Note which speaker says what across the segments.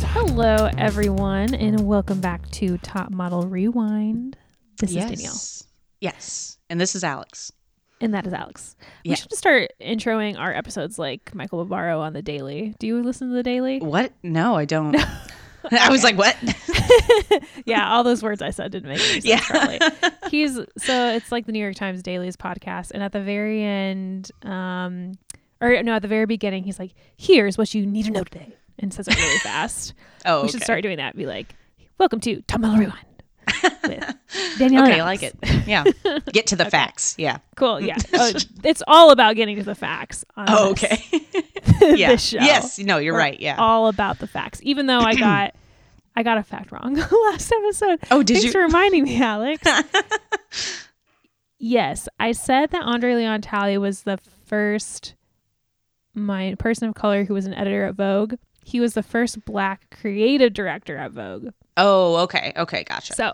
Speaker 1: Hello, everyone, and welcome back to Top Model Rewind. This is
Speaker 2: yes.
Speaker 1: Danielle,
Speaker 2: Yes. And this is Alex.
Speaker 1: and that is Alex. We
Speaker 2: Yeah.
Speaker 1: should just start introing our episodes like Michael Barbaro on the Daily. Do you listen to the Daily?
Speaker 2: What? No, I don't. I was like, what?
Speaker 1: yeah, all those words I said didn't make any sense.
Speaker 2: Yeah.
Speaker 1: Probably. He's so it's like the New York Times Daily's podcast, and at the very end, um, or no, at the very beginning, he's like, "Here's what you need to know today," and says it really fast.
Speaker 2: Oh,
Speaker 1: We should
Speaker 2: okay.
Speaker 1: start doing that. Be like, "Welcome to Tom Miller Rewind." with Danielle and
Speaker 2: Okay, I like
Speaker 1: Alex."
Speaker 2: it. Yeah. Get to the facts. Yeah.
Speaker 1: Cool. Yeah. Oh, it's all about getting to the facts. On
Speaker 2: Oh,
Speaker 1: this-
Speaker 2: okay.
Speaker 1: this
Speaker 2: yeah.
Speaker 1: show.
Speaker 2: Yes. No, you're
Speaker 1: We're
Speaker 2: right. Yeah.
Speaker 1: All about the facts. Even though I got I got a fact wrong last episode.
Speaker 2: Oh, did
Speaker 1: Thanks
Speaker 2: you?
Speaker 1: for reminding me, Alex. yes, I said that Andre Leon Talley was the first my person of color who was an editor at Vogue. He was the first black creative director at Vogue.
Speaker 2: oh, okay. Okay. Gotcha.
Speaker 1: So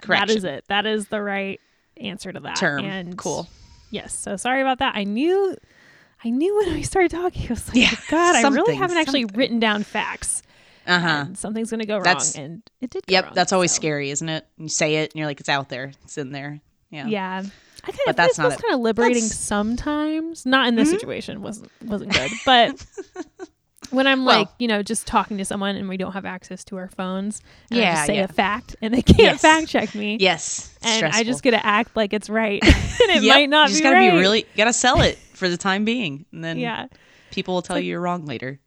Speaker 2: Correct.
Speaker 1: that is it. That is the right answer to that
Speaker 2: Term.
Speaker 1: And
Speaker 2: cool.
Speaker 1: Yes. So sorry about that. I knew, I knew when we started talking. I was like,
Speaker 2: Yeah,
Speaker 1: God, I really
Speaker 2: something-
Speaker 1: haven't actually
Speaker 2: something.
Speaker 1: written down facts.
Speaker 2: Uh huh.
Speaker 1: and something's gonna go wrong,
Speaker 2: That's-
Speaker 1: and it did. Go
Speaker 2: Yep.
Speaker 1: wrong,
Speaker 2: that's always
Speaker 1: so.
Speaker 2: scary, isn't it? You say it and you're like, it's out there. It's in there. Yeah.
Speaker 1: Yeah. I kind of
Speaker 2: But that's
Speaker 1: that's,
Speaker 2: not it.
Speaker 1: kind of liberating
Speaker 2: That's- Mm-hmm.
Speaker 1: sometimes. Not in this situation wasn't wasn't good, but when I'm
Speaker 2: Well-
Speaker 1: like you know just talking to someone and we don't have access to our phones, and I
Speaker 2: Yeah,
Speaker 1: just say
Speaker 2: yeah.
Speaker 1: a fact and they can't
Speaker 2: Yes.
Speaker 1: fact check me,
Speaker 2: Yes.
Speaker 1: and I
Speaker 2: Stressful.
Speaker 1: just gotta act like it's right, and it
Speaker 2: Yep,
Speaker 1: might not
Speaker 2: You just
Speaker 1: be
Speaker 2: gotta
Speaker 1: right.
Speaker 2: be really, you gotta sell it for the time being. And then
Speaker 1: yeah.
Speaker 2: people will tell you you're wrong later.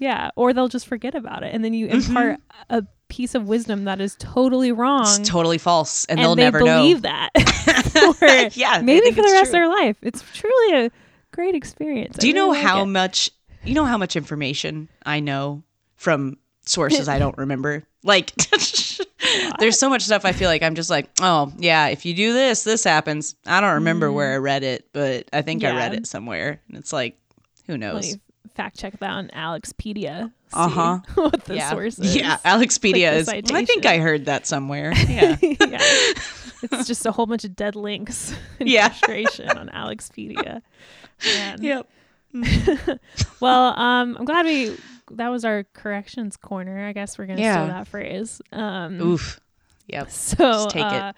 Speaker 1: Yeah, or they'll just forget about it, and then you
Speaker 2: Mm-hmm.
Speaker 1: impart a piece of wisdom that is totally wrong,
Speaker 2: It's totally false and,
Speaker 1: and
Speaker 2: they'll
Speaker 1: they
Speaker 2: never know.
Speaker 1: believe that. for,
Speaker 2: Yeah, they
Speaker 1: maybe
Speaker 2: think
Speaker 1: for the
Speaker 2: it's
Speaker 1: rest of
Speaker 2: true.
Speaker 1: their life. It's truly a great experience. I
Speaker 2: Do you know
Speaker 1: really like
Speaker 2: how
Speaker 1: it.
Speaker 2: much you know how much information I know from sources I don't remember? Like there's so much stuff I feel like I'm just like, oh yeah, if you do this, this happens. I don't remember where I read it, but I think I read
Speaker 1: Mm-hmm. Yeah.
Speaker 2: it somewhere. And it's like, who
Speaker 1: Let
Speaker 2: knows?
Speaker 1: me fact check that on Alexpedia. see
Speaker 2: Uh-huh.
Speaker 1: What the
Speaker 2: yeah.
Speaker 1: source is.
Speaker 2: Yeah. Alexpedia is
Speaker 1: Click the
Speaker 2: I think
Speaker 1: citation.
Speaker 2: I heard that somewhere. Yeah.
Speaker 1: Yeah. It's just a whole bunch of dead links and
Speaker 2: Yeah.
Speaker 1: frustration on Alexpedia. Man.
Speaker 2: yep.
Speaker 1: Well, um, I'm glad we that was our corrections corner. I guess we're gonna
Speaker 2: Yeah.
Speaker 1: steal that phrase. Um,
Speaker 2: Oof. Yep.
Speaker 1: So
Speaker 2: take it.
Speaker 1: uh,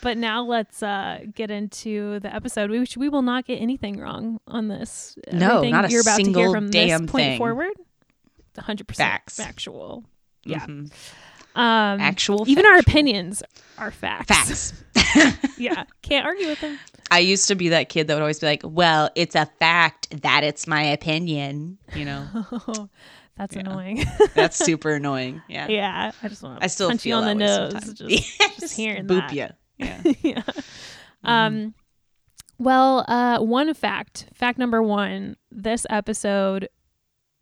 Speaker 1: But now let's uh, get into the episode. We should, we will not get anything wrong on this.
Speaker 2: No,
Speaker 1: Everything
Speaker 2: not a
Speaker 1: you're about to hear
Speaker 2: single
Speaker 1: from
Speaker 2: damn
Speaker 1: this point
Speaker 2: thing.
Speaker 1: forward. 100%
Speaker 2: Facts.
Speaker 1: factual. Yeah.
Speaker 2: Mhm.
Speaker 1: Um,
Speaker 2: Actual
Speaker 1: even our
Speaker 2: factual.
Speaker 1: opinions are facts.
Speaker 2: facts.
Speaker 1: yeah, can't argue with them.
Speaker 2: I used to be that kid that would always be like, "Well, it's a fact that it's my opinion," you know.
Speaker 1: That's annoying.
Speaker 2: That's super annoying. Yeah.
Speaker 1: yeah, I just want to
Speaker 2: I still
Speaker 1: punch you
Speaker 2: feel
Speaker 1: on the
Speaker 2: that way
Speaker 1: nose.
Speaker 2: sometimes.
Speaker 1: Just,
Speaker 2: Yeah,
Speaker 1: just hearing
Speaker 2: boop
Speaker 1: that.
Speaker 2: ya. Yeah.
Speaker 1: yeah. Um, well, uh, one fact, fact number one, this episode,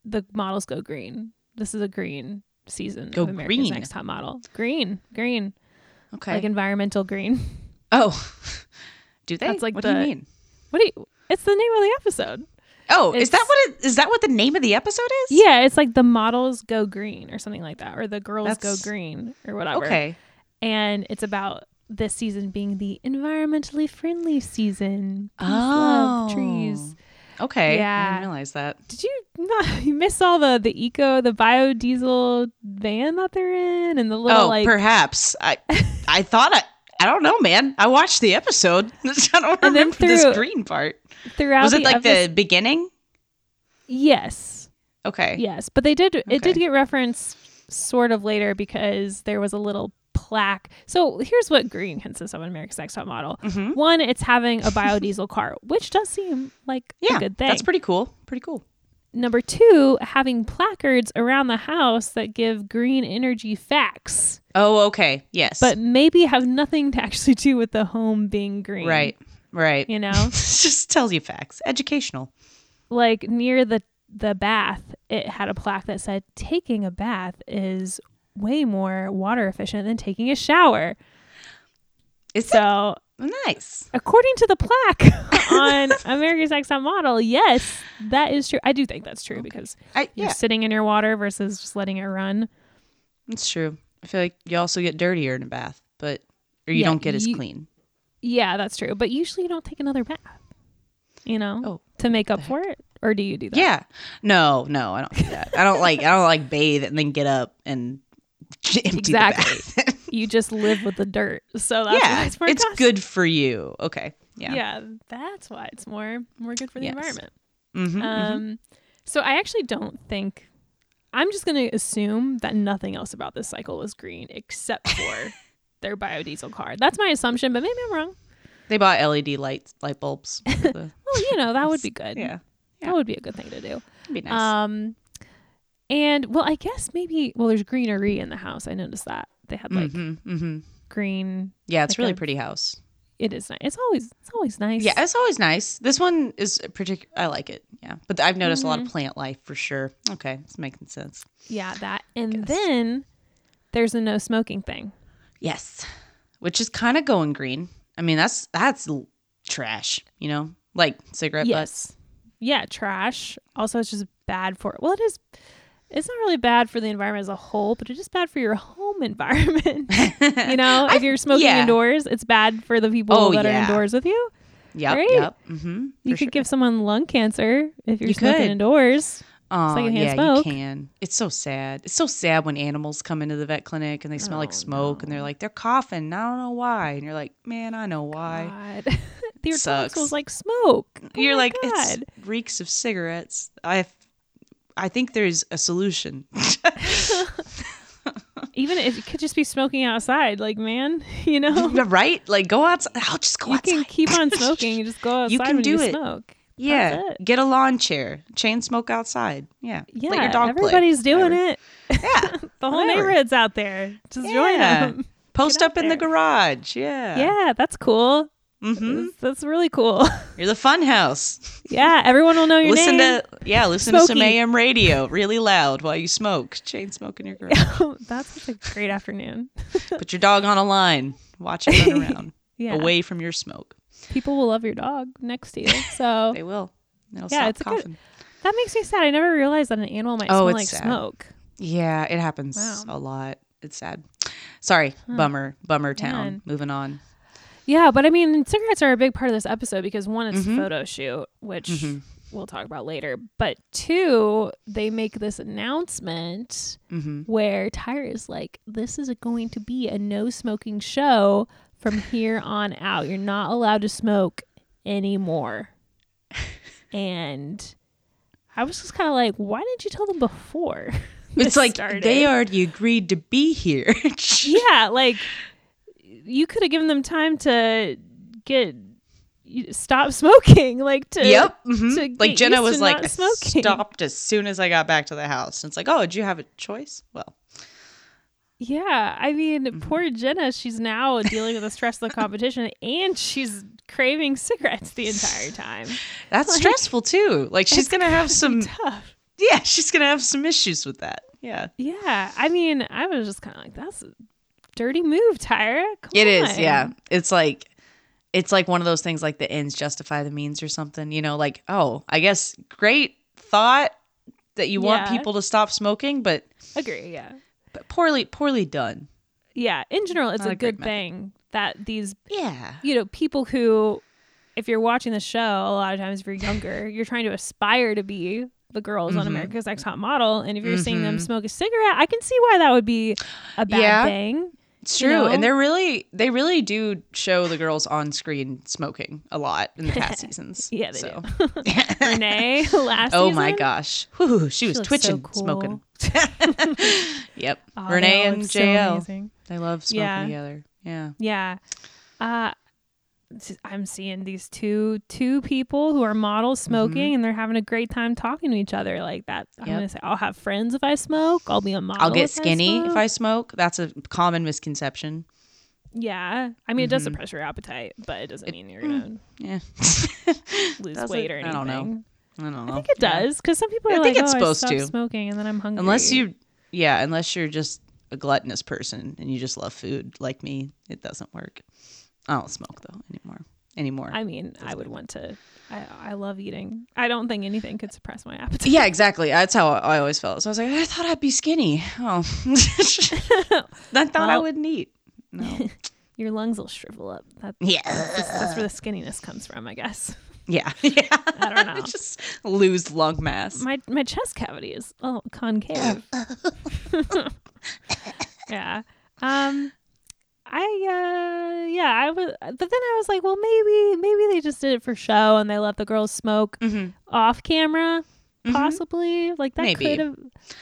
Speaker 1: the models go green. This is a green season
Speaker 2: Go
Speaker 1: of America's
Speaker 2: green.
Speaker 1: Next Top Model. Green, green,
Speaker 2: Okay.
Speaker 1: like environmental green.
Speaker 2: oh, do they?
Speaker 1: That's like
Speaker 2: what do
Speaker 1: the-
Speaker 2: you mean?
Speaker 1: What do you? It's the name of the episode.
Speaker 2: Oh, is that
Speaker 1: it's-
Speaker 2: what it, is that what the name of the episode is?
Speaker 1: Yeah, it's like the models go green or something like that, or the girls
Speaker 2: That's-
Speaker 1: go green or whatever.
Speaker 2: Okay.
Speaker 1: and it's about this season being the environmentally friendly season. Peace, love, trees.
Speaker 2: Oh. Okay. I
Speaker 1: Yeah.
Speaker 2: didn't realize that.
Speaker 1: did you not you miss all the the eco the biodiesel van that they're in and the little
Speaker 2: oh,
Speaker 1: like
Speaker 2: perhaps I I thought I I don't know, man. I watched the episode. I don't
Speaker 1: And then
Speaker 2: remember
Speaker 1: through-
Speaker 2: this green part.
Speaker 1: throughout
Speaker 2: Was it
Speaker 1: the
Speaker 2: like
Speaker 1: episode-
Speaker 2: the beginning?
Speaker 1: yes
Speaker 2: Okay.
Speaker 1: yes but they did it did
Speaker 2: Okay.
Speaker 1: get referenced sort of later because there was a little plaque so here's what green consists of in america's next top model
Speaker 2: Mhm.
Speaker 1: one it's having a biodiesel car which does seem like
Speaker 2: Yeah.
Speaker 1: a good thing
Speaker 2: That's pretty cool. Pretty cool.
Speaker 1: number two having placards around the house that give green energy facts
Speaker 2: Oh, okay. Yes.
Speaker 1: but maybe have nothing to actually do with the home being green
Speaker 2: right. Right.
Speaker 1: you know
Speaker 2: just tells you facts. Educational.
Speaker 1: like near the the bath it had a plaque that said taking a bath is way more water efficient than taking a shower
Speaker 2: Is that
Speaker 1: so
Speaker 2: nice?
Speaker 1: according to the plaque on america's next Top model yes that is true i do think that's true because
Speaker 2: I,
Speaker 1: you're
Speaker 2: yeah,
Speaker 1: sitting in your water versus just letting it run
Speaker 2: it's true. I feel like you also get dirtier in a bath, but or you
Speaker 1: Yeah,
Speaker 2: don't get as
Speaker 1: you-
Speaker 2: clean.
Speaker 1: yeah that's true but usually you don't take another bath you know
Speaker 2: Oh,
Speaker 1: to make up for it or do you do that?
Speaker 2: Yeah. No, no, I don't do that. I don't like I don't like bathe and then get up and j- empty
Speaker 1: Exactly.
Speaker 2: the bath.
Speaker 1: You just live with the dirt, so that's why
Speaker 2: yeah.
Speaker 1: it's more.
Speaker 2: It's
Speaker 1: costly.
Speaker 2: good for you. Okay.
Speaker 1: Yeah.
Speaker 2: Yeah.
Speaker 1: that's why it's more more good for the
Speaker 2: Yes.
Speaker 1: environment.
Speaker 2: Mm-hmm,
Speaker 1: Um, so I actually don't think. I'm just going to assume that nothing else about this cycle was green except for their biodiesel car. That's my assumption, but maybe I'm wrong.
Speaker 2: They bought LED lights, light bulbs. for the-
Speaker 1: Well, you know, that would be good.
Speaker 2: yeah. yeah.
Speaker 1: That would be a good thing to do.
Speaker 2: That'd be nice.
Speaker 1: Um, and well, I guess maybe well, there's greenery in the house. I noticed that they had like
Speaker 2: hmm hmm
Speaker 1: green.
Speaker 2: Yeah, it's
Speaker 1: like
Speaker 2: really
Speaker 1: a-
Speaker 2: pretty house.
Speaker 1: It is nice. It's always it's always nice.
Speaker 2: Yeah, it's always nice. This one is particular. I like it. Yeah, but I've noticed a lot
Speaker 1: Mm-hmm.
Speaker 2: of plant life for sure. Okay, it's making sense.
Speaker 1: yeah, that. And
Speaker 2: Guess.
Speaker 1: then there's a no smoking thing.
Speaker 2: Yes, which is kind of going green. I mean, that's that's l- trash. You know, like cigarette butts.
Speaker 1: Yes. Yeah, trash. Also, it's just bad for. Well, it is. It's not really bad for the environment as a whole, but it's just bad for your home environment. you know, if you're smoking
Speaker 2: yeah.
Speaker 1: indoors, it's bad for the people
Speaker 2: Oh,
Speaker 1: that are
Speaker 2: yeah.
Speaker 1: indoors with you.
Speaker 2: Yep.
Speaker 1: right?
Speaker 2: Yep. Mm-hmm.
Speaker 1: You could give someone lung cancer if you're
Speaker 2: You
Speaker 1: smoking
Speaker 2: could.
Speaker 1: indoors.
Speaker 2: Oh,
Speaker 1: secondhand
Speaker 2: yeah,
Speaker 1: smoke.
Speaker 2: you can. It's so sad. It's so sad when animals come into the vet clinic and they smell
Speaker 1: Oh,
Speaker 2: like smoke and they're like they're coughing. and I don't know why. And you're like, man, I know why.
Speaker 1: God. Your
Speaker 2: Sucks.
Speaker 1: tonsils like smoke. Oh
Speaker 2: You're
Speaker 1: my
Speaker 2: like,
Speaker 1: God.
Speaker 2: it reeks of cigarettes. I, I think there's a solution.
Speaker 1: even if you could just be smoking outside, like man, you know,
Speaker 2: right? Like, go outside. I'll just go
Speaker 1: you
Speaker 2: outside.
Speaker 1: can keep on smoking. You just go outside
Speaker 2: You can
Speaker 1: when
Speaker 2: do
Speaker 1: you
Speaker 2: it.
Speaker 1: smoke.
Speaker 2: yeah.
Speaker 1: it.
Speaker 2: Get a lawn chair. Chain smoke outside. Yeah.
Speaker 1: Yeah,
Speaker 2: Let your dog
Speaker 1: everybody's doing it.
Speaker 2: play. Yeah.
Speaker 1: The whole
Speaker 2: Whatever.
Speaker 1: neighborhood's out there. Just join
Speaker 2: Yeah.
Speaker 1: them.
Speaker 2: Post
Speaker 1: Get out
Speaker 2: up in the
Speaker 1: there.
Speaker 2: garage. Yeah.
Speaker 1: Yeah, that's cool.
Speaker 2: Mm-hmm.
Speaker 1: That's, that's really cool.
Speaker 2: You're the fun house.
Speaker 1: yeah, everyone will know your
Speaker 2: listen
Speaker 1: name.
Speaker 2: to yeah, listen to some
Speaker 1: Smokey.
Speaker 2: AM radio really loud while you smoke. Chain smoke in your garage.
Speaker 1: that's such a great afternoon.
Speaker 2: Put your dog on a line. Watch it run around
Speaker 1: Yeah,
Speaker 2: away from your smoke.
Speaker 1: people will love your dog next to you. So
Speaker 2: They will. They'll
Speaker 1: Yeah,
Speaker 2: stop
Speaker 1: it's a good-
Speaker 2: coughing.
Speaker 1: that makes me sad. I never realized that an animal might
Speaker 2: Oh,
Speaker 1: smell
Speaker 2: it's
Speaker 1: like
Speaker 2: sad.
Speaker 1: smoke.
Speaker 2: Yeah, it happens
Speaker 1: Wow.
Speaker 2: a lot. It's sad. Sorry, bummer, bummer town.
Speaker 1: Man.
Speaker 2: Moving on.
Speaker 1: Yeah, but I mean, cigarettes are a big part of this episode because one, it's
Speaker 2: Mhm.
Speaker 1: a photo shoot, which
Speaker 2: Mhm.
Speaker 1: we'll talk about later. But two, they make this announcement
Speaker 2: hmm
Speaker 1: where Tyra is like, "This is going to be a no smoking show from here on out. You're not allowed to smoke anymore." and I was just kind of like, "Why didn't you tell them before?"
Speaker 2: It's
Speaker 1: this
Speaker 2: like
Speaker 1: started?"
Speaker 2: they already agreed to be here.
Speaker 1: yeah, like you could have given them time to get you- stop smoking, like to
Speaker 2: Yep. mhm.
Speaker 1: to
Speaker 2: Like
Speaker 1: get
Speaker 2: Jenna
Speaker 1: used
Speaker 2: was
Speaker 1: to
Speaker 2: like,
Speaker 1: not
Speaker 2: I
Speaker 1: smoking.
Speaker 2: stopped as soon as I got back to the house. And it's like, oh, did you have a choice? Well,
Speaker 1: Yeah, I mean, poor Jenna, she's now dealing with the stress of the competition and she's craving cigarettes the entire time.
Speaker 2: that's
Speaker 1: Like,
Speaker 2: stressful too. Like she's gonna have some.
Speaker 1: Um, Tough.
Speaker 2: yeah, she's gonna have some issues with that. Yeah,
Speaker 1: Yeah, I mean, I was just kind of like, that's a dirty move, Tyra. Come
Speaker 2: it is.
Speaker 1: on."
Speaker 2: Yeah, it's like. It's like one of those things like the ends justify the means or something, you know, like, oh, I guess great thought that you want
Speaker 1: Yeah.
Speaker 2: people to stop smoking, but
Speaker 1: Agree, yeah.
Speaker 2: but poorly poorly done.
Speaker 1: Yeah, in general, it's
Speaker 2: Not
Speaker 1: a
Speaker 2: a great
Speaker 1: good
Speaker 2: method.
Speaker 1: thing that these
Speaker 2: Yeah.
Speaker 1: you know, people who, if you're watching the show, a lot of times if you're younger, you're trying to aspire to be the girls on
Speaker 2: Mhm.
Speaker 1: America's Next Top Model. And if you're seeing them
Speaker 2: Mhm.
Speaker 1: smoke a cigarette, I can see why that would be a bad
Speaker 2: Yeah.
Speaker 1: thing.
Speaker 2: It's
Speaker 1: you
Speaker 2: true.
Speaker 1: know?
Speaker 2: And they're really they really do show the girls on screen smoking a lot in the past seasons.
Speaker 1: Yeah, they
Speaker 2: so.
Speaker 1: Renee, last
Speaker 2: Oh my
Speaker 1: season,
Speaker 2: gosh. Whew, she, was
Speaker 1: looked so
Speaker 2: twitching
Speaker 1: cool.
Speaker 2: smoking. yep.
Speaker 1: Aw, they
Speaker 2: Renee
Speaker 1: all
Speaker 2: and
Speaker 1: look so
Speaker 2: JL.
Speaker 1: amazing.
Speaker 2: they love smoking
Speaker 1: Yeah.
Speaker 2: together. Yeah.
Speaker 1: yeah. Uh, s- I'm seeing these two two people who are models smoking, and they're having a great time talking to each other like that. I'm
Speaker 2: Mm-hmm. Yep.
Speaker 1: gonna say I'll have friends if I smoke. I'll be a model.
Speaker 2: I'll get
Speaker 1: if I
Speaker 2: skinny if
Speaker 1: smoke."
Speaker 2: I smoke. That's a common misconception.
Speaker 1: Yeah. I mean, it
Speaker 2: Mm-hmm.
Speaker 1: does suppress your appetite, but it doesn't mean you're going
Speaker 2: Yeah.
Speaker 1: to lose
Speaker 2: Does
Speaker 1: weight
Speaker 2: it?
Speaker 1: or anything.
Speaker 2: mm, I don't know. I don't know.
Speaker 1: I think it
Speaker 2: Yeah.
Speaker 1: does because some people are
Speaker 2: I
Speaker 1: like,
Speaker 2: think
Speaker 1: oh,
Speaker 2: it's supposed
Speaker 1: I stopped
Speaker 2: to.
Speaker 1: smoking and then I'm hungry.
Speaker 2: Unless you yeah, unless you're just a gluttonous person and you just love food like me, it doesn't work. I don't smoke though anymore. Anymore.
Speaker 1: I mean, I would want to. I, I love eating. I don't think anything could suppress my appetite.
Speaker 2: Yeah, exactly. That's how I always felt. So I was like, I thought I'd be skinny. Oh, I thought I
Speaker 1: Well-
Speaker 2: wouldn't eat. No.
Speaker 1: Your lungs will shrivel up. That,
Speaker 2: Yeah.
Speaker 1: that's where the skinniness comes from, I guess.
Speaker 2: Yeah. Yeah.
Speaker 1: I don't know.
Speaker 2: Just lose lung mass.
Speaker 1: my my chest cavity is all concave. yeah. Um I uh yeah, I was but then I was like, well maybe maybe they just did it for show and they let the girls smoke
Speaker 2: Mhm.
Speaker 1: off camera
Speaker 2: Mhm.
Speaker 1: possibly. Like that
Speaker 2: Maybe.
Speaker 1: could have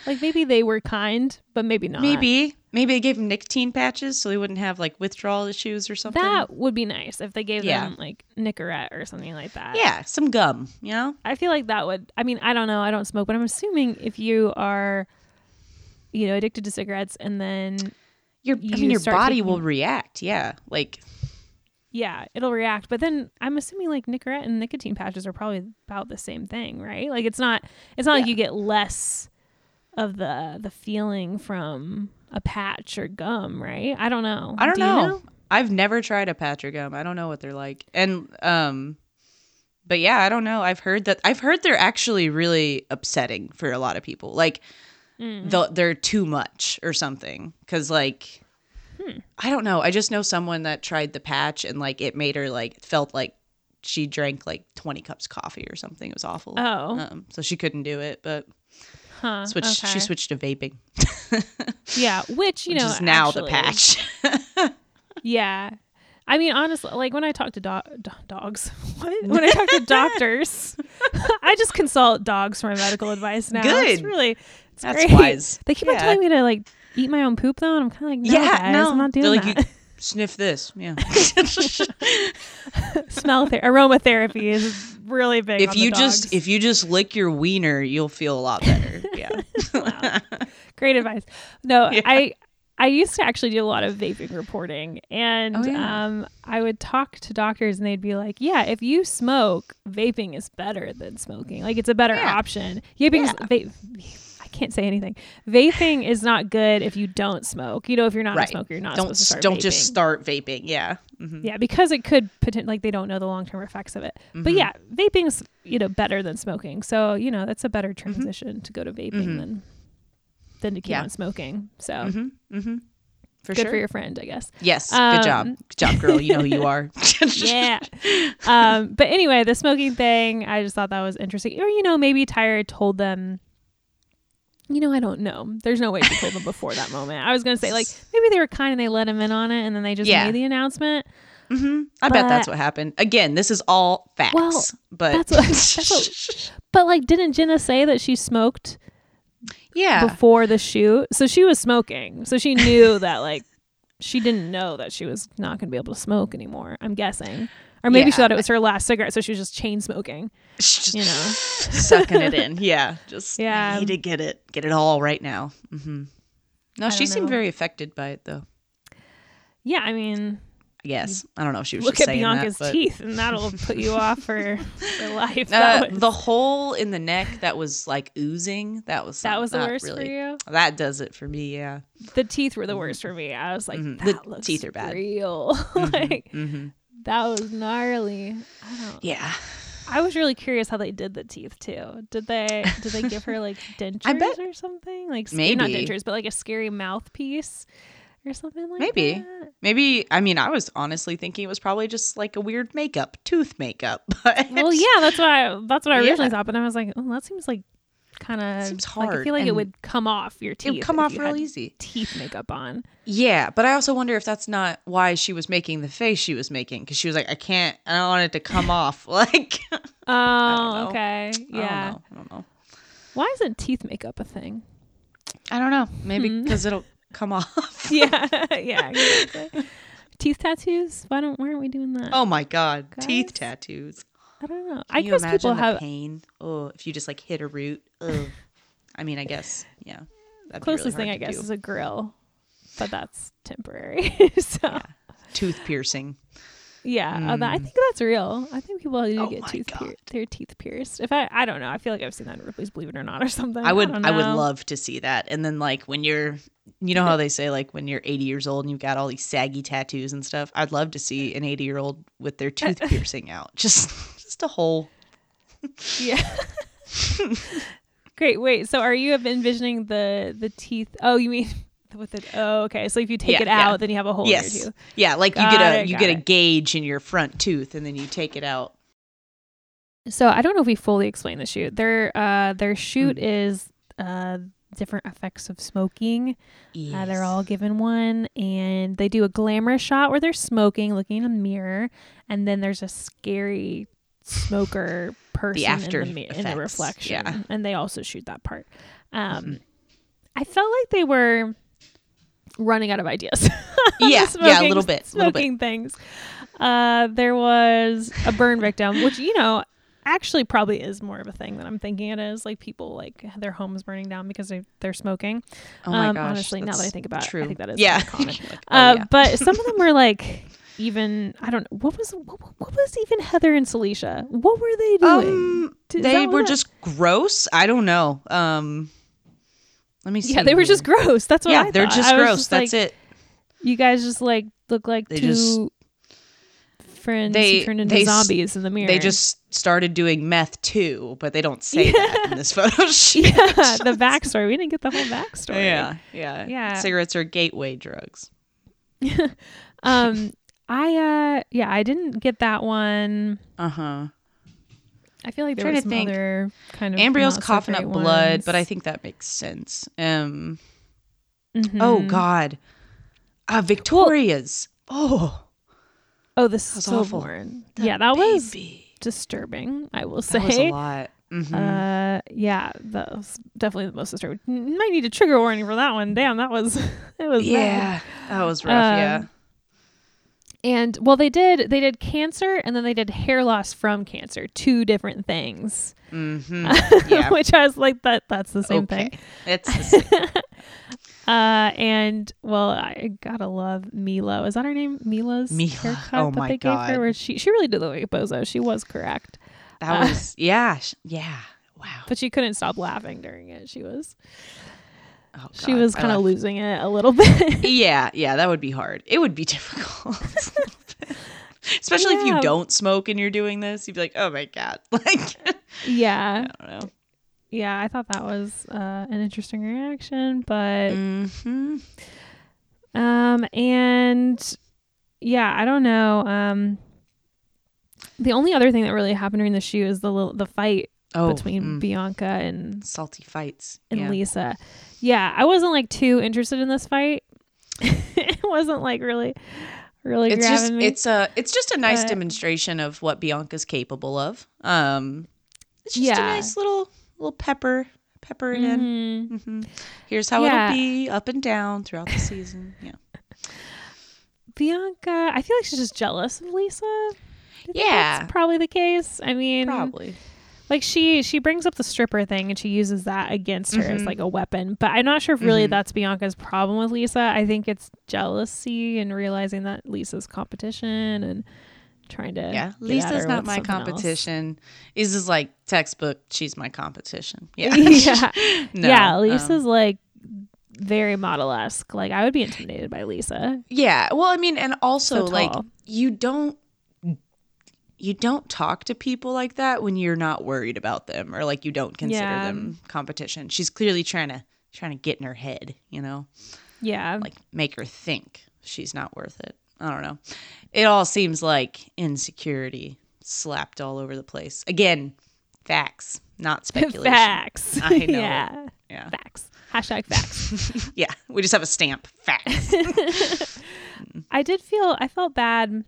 Speaker 1: like maybe they were kind, but maybe not.
Speaker 2: Maybe. Maybe they gave them nicotine patches so they wouldn't have like withdrawal issues or something.
Speaker 1: that would be nice if they gave
Speaker 2: Yeah.
Speaker 1: them like Nicorette or something like that.
Speaker 2: yeah, some gum, you know?
Speaker 1: I feel like that would. I mean, I don't know. I don't smoke, but I'm assuming if you are, you know, addicted to cigarettes, and then
Speaker 2: Your I
Speaker 1: You
Speaker 2: mean your
Speaker 1: start
Speaker 2: body
Speaker 1: taking-
Speaker 2: will react, yeah. Like
Speaker 1: yeah, it'll react. But then I'm assuming like Nicorette and nicotine patches are probably about the same thing, right? Like it's not. It's not like you get less of the the feeling from a patch or gum, right? I don't know.
Speaker 2: I don't
Speaker 1: Do you
Speaker 2: know. I've never tried a patch or gum. I don't know what they're like. And um but yeah, I don't know. I've heard that I've heard they're actually really upsetting for a lot of people. Like
Speaker 1: Mm.
Speaker 2: the, they're too much or something cuz like
Speaker 1: Hmm.
Speaker 2: I don't know. I just know someone that tried the patch and like it made her like felt like she drank like 20 cups coffee or something. It was awful.
Speaker 1: Oh.
Speaker 2: Um, so she couldn't do it, but
Speaker 1: Huh,
Speaker 2: switched
Speaker 1: okay.
Speaker 2: she switched to vaping,
Speaker 1: Yeah, which you
Speaker 2: which
Speaker 1: know
Speaker 2: is now
Speaker 1: actually-
Speaker 2: the patch.
Speaker 1: Yeah. I mean, honestly, like when I talk to do- do- dogs, what? when I talk to doctors, I just consult dogs for my medical advice now. It's
Speaker 2: Good.
Speaker 1: really, it's
Speaker 2: That's
Speaker 1: great.
Speaker 2: wise.
Speaker 1: They keep on
Speaker 2: Yeah.
Speaker 1: telling me to like eat my own poop though, and I'm kind of like, no,
Speaker 2: yeah,
Speaker 1: guys,
Speaker 2: no.
Speaker 1: I'm not
Speaker 2: They're
Speaker 1: doing
Speaker 2: like,
Speaker 1: that.
Speaker 2: You sniff this. Yeah.
Speaker 1: Smell ther- aromatherapy is really big.
Speaker 2: if
Speaker 1: on the
Speaker 2: you
Speaker 1: dogs.
Speaker 2: just if you just lick your wiener, you'll feel a lot better. Yeah.
Speaker 1: great advice. No,
Speaker 2: Yeah.
Speaker 1: I I used to actually do a lot of vaping reporting, and
Speaker 2: Oh, yeah.
Speaker 1: um, I would talk to doctors, and they'd be like, "Yeah, if you smoke, vaping is better than smoking. Like it's a better
Speaker 2: Yeah.
Speaker 1: option. Vaping, is va- I can't say anything. Vaping is not good if you don't smoke. You know, if you're not
Speaker 2: right.
Speaker 1: a smoker, you're not
Speaker 2: don't
Speaker 1: supposed to start
Speaker 2: don't just
Speaker 1: vaping.
Speaker 2: start vaping. Yeah. Mhm.
Speaker 1: Yeah, because it could potent like they don't know the long term effects of it.
Speaker 2: Mm-hmm.
Speaker 1: But yeah, vaping's you know better than smoking, so you know that's a better transition to go to vaping than than to keep
Speaker 2: Mm-hmm. Yeah. Mm-hmm.
Speaker 1: on smoking. So
Speaker 2: For
Speaker 1: good
Speaker 2: sure.
Speaker 1: for your friend, I guess.
Speaker 2: yes.
Speaker 1: Um,
Speaker 2: good job. Good job, girl. You know who you are.
Speaker 1: Yeah. um, but anyway, the smoking thing, I just thought that was interesting. Or you know, maybe Tyra told them. You know, I don't know. There's no way she told them before that moment. I was gonna say like maybe they were kind and they let him in on it, and then they just
Speaker 2: Yeah.
Speaker 1: made the announcement.
Speaker 2: I bet that's
Speaker 1: But-
Speaker 2: what happened. Again, this is all facts.
Speaker 1: Well,
Speaker 2: but
Speaker 1: that's what- that's what- But like, didn't Jenna say that she smoked?
Speaker 2: yeah.
Speaker 1: before the shoot. So she was smoking. So she knew that like she didn't know that she was not going to be able to smoke anymore, I'm guessing. Or maybe she
Speaker 2: Yeah.
Speaker 1: thought it was her last cigarette, so she was just chain smoking,
Speaker 2: Just
Speaker 1: you know.
Speaker 2: sucking it in. Yeah. Just yeah.
Speaker 1: Yeah.
Speaker 2: need to get it. Get it all right now. hmm No, she
Speaker 1: don't
Speaker 2: seemed
Speaker 1: know.
Speaker 2: very affected by it though.
Speaker 1: Yeah, I mean,
Speaker 2: Yes. I don't know if she was
Speaker 1: look
Speaker 2: just
Speaker 1: at
Speaker 2: saying
Speaker 1: Bianca's
Speaker 2: that, but-
Speaker 1: teeth and that'll put you off for, for life.
Speaker 2: Uh,
Speaker 1: that was,
Speaker 2: the hole in the neck that was like oozing. That was
Speaker 1: that
Speaker 2: some-
Speaker 1: was the
Speaker 2: not
Speaker 1: worst
Speaker 2: really,
Speaker 1: for you.
Speaker 2: That does it for me. Yeah.
Speaker 1: The teeth were the worst for me. I was like,
Speaker 2: Mhm. The
Speaker 1: that looks
Speaker 2: teeth are bad.
Speaker 1: real. like
Speaker 2: hmm
Speaker 1: that was gnarly. I don't.
Speaker 2: Yeah.
Speaker 1: I was really curious how they did the teeth too. Did they did they give her like dentures
Speaker 2: I bet-
Speaker 1: or something? Like sc- not
Speaker 2: Maybe.
Speaker 1: dentures, but like a scary mouthpiece or something like
Speaker 2: Maybe.
Speaker 1: that?
Speaker 2: Maybe. I mean, I was honestly thinking it was probably just like a weird makeup, tooth makeup. But
Speaker 1: Well, yeah, that's what I that's what I originally
Speaker 2: Yeah.
Speaker 1: thought, but I was like, oh, that seems like kind of
Speaker 2: Seems
Speaker 1: Like, I
Speaker 2: hard
Speaker 1: feel like it
Speaker 2: and-
Speaker 1: would come off your
Speaker 2: it
Speaker 1: teeth.
Speaker 2: would come
Speaker 1: if
Speaker 2: off
Speaker 1: you
Speaker 2: real
Speaker 1: had
Speaker 2: easy.
Speaker 1: Teeth makeup on.
Speaker 2: Yeah, but I also wonder if that's not why she was making the face she was making because she was like, "I can't, I don't want it to come off." Like,
Speaker 1: Oh,
Speaker 2: know.
Speaker 1: okay,
Speaker 2: yeah, I
Speaker 1: yeah.
Speaker 2: don't know. I don't know.
Speaker 1: Why isn't teeth makeup a thing?
Speaker 2: I don't know. Maybe because it'll come off.
Speaker 1: yeah, yeah. exactly. Teeth tattoos? Why don't? Why aren't we doing that?
Speaker 2: Oh my god, teeth
Speaker 1: Guys?
Speaker 2: tattoos.
Speaker 1: I don't know.
Speaker 2: Can
Speaker 1: I
Speaker 2: you
Speaker 1: guess
Speaker 2: imagine
Speaker 1: people
Speaker 2: the
Speaker 1: have
Speaker 2: pain? Oh, if you just like hit a root. Ugh. I mean, I guess, yeah. That'd be really
Speaker 1: closest thing
Speaker 2: hard
Speaker 1: I
Speaker 2: to
Speaker 1: guess
Speaker 2: do.
Speaker 1: is a grill, but that's temporary. so yeah,
Speaker 2: tooth piercing.
Speaker 1: uh, that- I think that's real. I think people do
Speaker 2: Oh
Speaker 1: get
Speaker 2: my
Speaker 1: tooth pier-
Speaker 2: God.
Speaker 1: their teeth pierced. If I I don't know, I feel like I've seen that in Ripley's Believe It or Not or something.
Speaker 2: I would,
Speaker 1: don't
Speaker 2: I, would
Speaker 1: know.
Speaker 2: love to see that. And then, like, when you're, you know how they say, like, when you're 80 years old and you've got all these saggy tattoos and stuff. I'd love to see an 80 year old with their tooth piercing out, just, just a hole.
Speaker 1: Yeah. Great. Wait. So are you envisioning the the teeth? Oh, you mean with it? Oh, okay. So if you take
Speaker 2: Yeah,
Speaker 1: it
Speaker 2: yeah.
Speaker 1: out, then you have a hole in your
Speaker 2: Yes,
Speaker 1: tooth.
Speaker 2: yeah, like you
Speaker 1: Got
Speaker 2: get a,
Speaker 1: it,
Speaker 2: you
Speaker 1: got
Speaker 2: get a
Speaker 1: it.
Speaker 2: gauge in your front tooth, and then you take it out.
Speaker 1: So I don't know if we fully explained the shoot. Their uh, their shoot
Speaker 2: Mm.
Speaker 1: is uh, different effects of smoking. Uh, they're all given one, and they do a glamorous shot where they're smoking, looking in a mirror, and then there's a scary smoker person
Speaker 2: after
Speaker 1: in, the, mi- in the
Speaker 2: effects,
Speaker 1: reflection,
Speaker 2: yeah. Mm-hmm.
Speaker 1: and they also shoot that part. Um, I felt like they were running out of ideas. on the
Speaker 2: Yeah, yeah, a little bit, a little bit.
Speaker 1: smoking things. Uh, there was a burn victim, which you know actually probably is more of a thing than I'm thinking it is. Like people like their homes burning down because they they're smoking. Um,
Speaker 2: Oh my gosh,
Speaker 1: Honestly, now that I
Speaker 2: that's
Speaker 1: think about it,
Speaker 2: true.
Speaker 1: I think that is
Speaker 2: Yeah.
Speaker 1: yeah. common.
Speaker 2: oh,
Speaker 1: uh,
Speaker 2: yeah.
Speaker 1: But some of them were like even I don't know what was what, what was even Heather and Celicia? What were they doing?
Speaker 2: Um,
Speaker 1: Is that
Speaker 2: they
Speaker 1: what
Speaker 2: were
Speaker 1: that-
Speaker 2: just gross. I don't know. Um, let me see.
Speaker 1: yeah, they were
Speaker 2: here.
Speaker 1: just gross. That's what
Speaker 2: yeah,
Speaker 1: I
Speaker 2: they're
Speaker 1: thought.
Speaker 2: just
Speaker 1: I was
Speaker 2: gross. That's
Speaker 1: like,
Speaker 2: it.
Speaker 1: You guys just like look like
Speaker 2: They
Speaker 1: two
Speaker 2: just-
Speaker 1: friends
Speaker 2: they-
Speaker 1: who turned into
Speaker 2: they s-
Speaker 1: zombies in the mirror.
Speaker 2: They just started doing meth too, but they don't say that in this photo shoot.
Speaker 1: yeah, the backstory. We didn't get the whole backstory.
Speaker 2: Yeah, yeah,
Speaker 1: Yeah.
Speaker 2: Cigarettes are gateway drugs.
Speaker 1: Um, I uh, yeah, I didn't get that one.
Speaker 2: Uh huh.
Speaker 1: I feel like there
Speaker 2: Trying
Speaker 1: was
Speaker 2: to
Speaker 1: some
Speaker 2: think.
Speaker 1: other kind of
Speaker 2: Ambriel's
Speaker 1: not so
Speaker 2: coughing up
Speaker 1: great
Speaker 2: blood,
Speaker 1: ones.
Speaker 2: but I think that makes sense. Um.
Speaker 1: Mm-hmm.
Speaker 2: Oh God. Uh, Victoria's. oh,
Speaker 1: oh, the
Speaker 2: was awful.
Speaker 1: stillborn. Yeah, that was
Speaker 2: baby.
Speaker 1: disturbing. I will
Speaker 2: That was a
Speaker 1: say.
Speaker 2: lot. Mhm.
Speaker 1: Uh, yeah, that was definitely the most disturbing. N- Might need a trigger warning for that one. Damn, that was it was bad.
Speaker 2: yeah, that was rough.
Speaker 1: Um,
Speaker 2: yeah.
Speaker 1: And well, they did they did cancer and then they did hair loss from cancer. Two different things.
Speaker 2: hmm Yeah.
Speaker 1: Which I was like, that that's the same thing.
Speaker 2: okay. It's the same.
Speaker 1: Uh, and well, I gotta love Mila. Is that her name? Mila's
Speaker 2: Mila.
Speaker 1: haircut
Speaker 2: Oh
Speaker 1: that
Speaker 2: my
Speaker 1: they gave
Speaker 2: God.
Speaker 1: her, where she she really did look like a bozo. She was correct,
Speaker 2: that was yeah, sh- yeah. Wow.
Speaker 1: but she couldn't stop laughing during it. She was
Speaker 2: Oh,
Speaker 1: she
Speaker 2: God.
Speaker 1: was
Speaker 2: I
Speaker 1: kind of
Speaker 2: laugh-
Speaker 1: losing it a little bit.
Speaker 2: Yeah, yeah. That would be hard. It would be difficult. Especially if
Speaker 1: Yeah.
Speaker 2: you don't smoke and you're doing this, you'd be like, "Oh my god!" Like,
Speaker 1: yeah,
Speaker 2: I don't know.
Speaker 1: yeah. I thought that was uh, an interesting reaction, but
Speaker 2: Mm-hmm.
Speaker 1: Um, and yeah, I don't know. Um, the only other thing that really happened during the shoot is the little, the fight
Speaker 2: Oh,
Speaker 1: between
Speaker 2: mm,
Speaker 1: Bianca and
Speaker 2: salty fights.
Speaker 1: and
Speaker 2: Yeah.
Speaker 1: Lisa. Yeah, I wasn't like too interested in this fight. it wasn't like really, really
Speaker 2: it's
Speaker 1: grabbing
Speaker 2: just
Speaker 1: me.
Speaker 2: it's a it's just a nice
Speaker 1: But-
Speaker 2: demonstration of what Bianca's capable of. Um, it's just a
Speaker 1: Yeah.
Speaker 2: nice little little pepper pepper it in.
Speaker 1: Mhm.
Speaker 2: hmm Here's how
Speaker 1: Yeah.
Speaker 2: it'll be up and down throughout the season. Yeah.
Speaker 1: Bianca, I feel like she's just jealous of Lisa. I think
Speaker 2: Yeah.
Speaker 1: that's probably the case. I mean,
Speaker 2: Probably.
Speaker 1: like she she brings up the stripper thing and she uses that against her
Speaker 2: Mm-hmm.
Speaker 1: as like a weapon but i'm not sure if really that's bianca's problem with lisa i think it's jealousy and realizing that lisa's competition and trying to
Speaker 2: Yeah.
Speaker 1: get at
Speaker 2: Lisa's
Speaker 1: her
Speaker 2: not
Speaker 1: with
Speaker 2: my
Speaker 1: something else.
Speaker 2: competition. Lisa's like textbook, she's my competition. Yeah.
Speaker 1: yeah
Speaker 2: No,
Speaker 1: yeah
Speaker 2: um,
Speaker 1: lisa's like very model-esque like i would be intimidated by lisa
Speaker 2: Yeah. Well, I mean, and also
Speaker 1: So
Speaker 2: like
Speaker 1: tall.
Speaker 2: you don't you don't talk to people like that when you're not worried about them or like you don't consider
Speaker 1: Yeah.
Speaker 2: them competition. She's clearly trying to trying to get in her head, you know?
Speaker 1: yeah
Speaker 2: Like make her think she's not worth it. I don't know. It all seems like insecurity slapped all over the place. Again, facts, not speculation.
Speaker 1: facts
Speaker 2: I know it.
Speaker 1: yeah
Speaker 2: Yeah.
Speaker 1: facts hashtag facts
Speaker 2: Yeah. We just have a stamp. Facts.
Speaker 1: I did feel I felt bad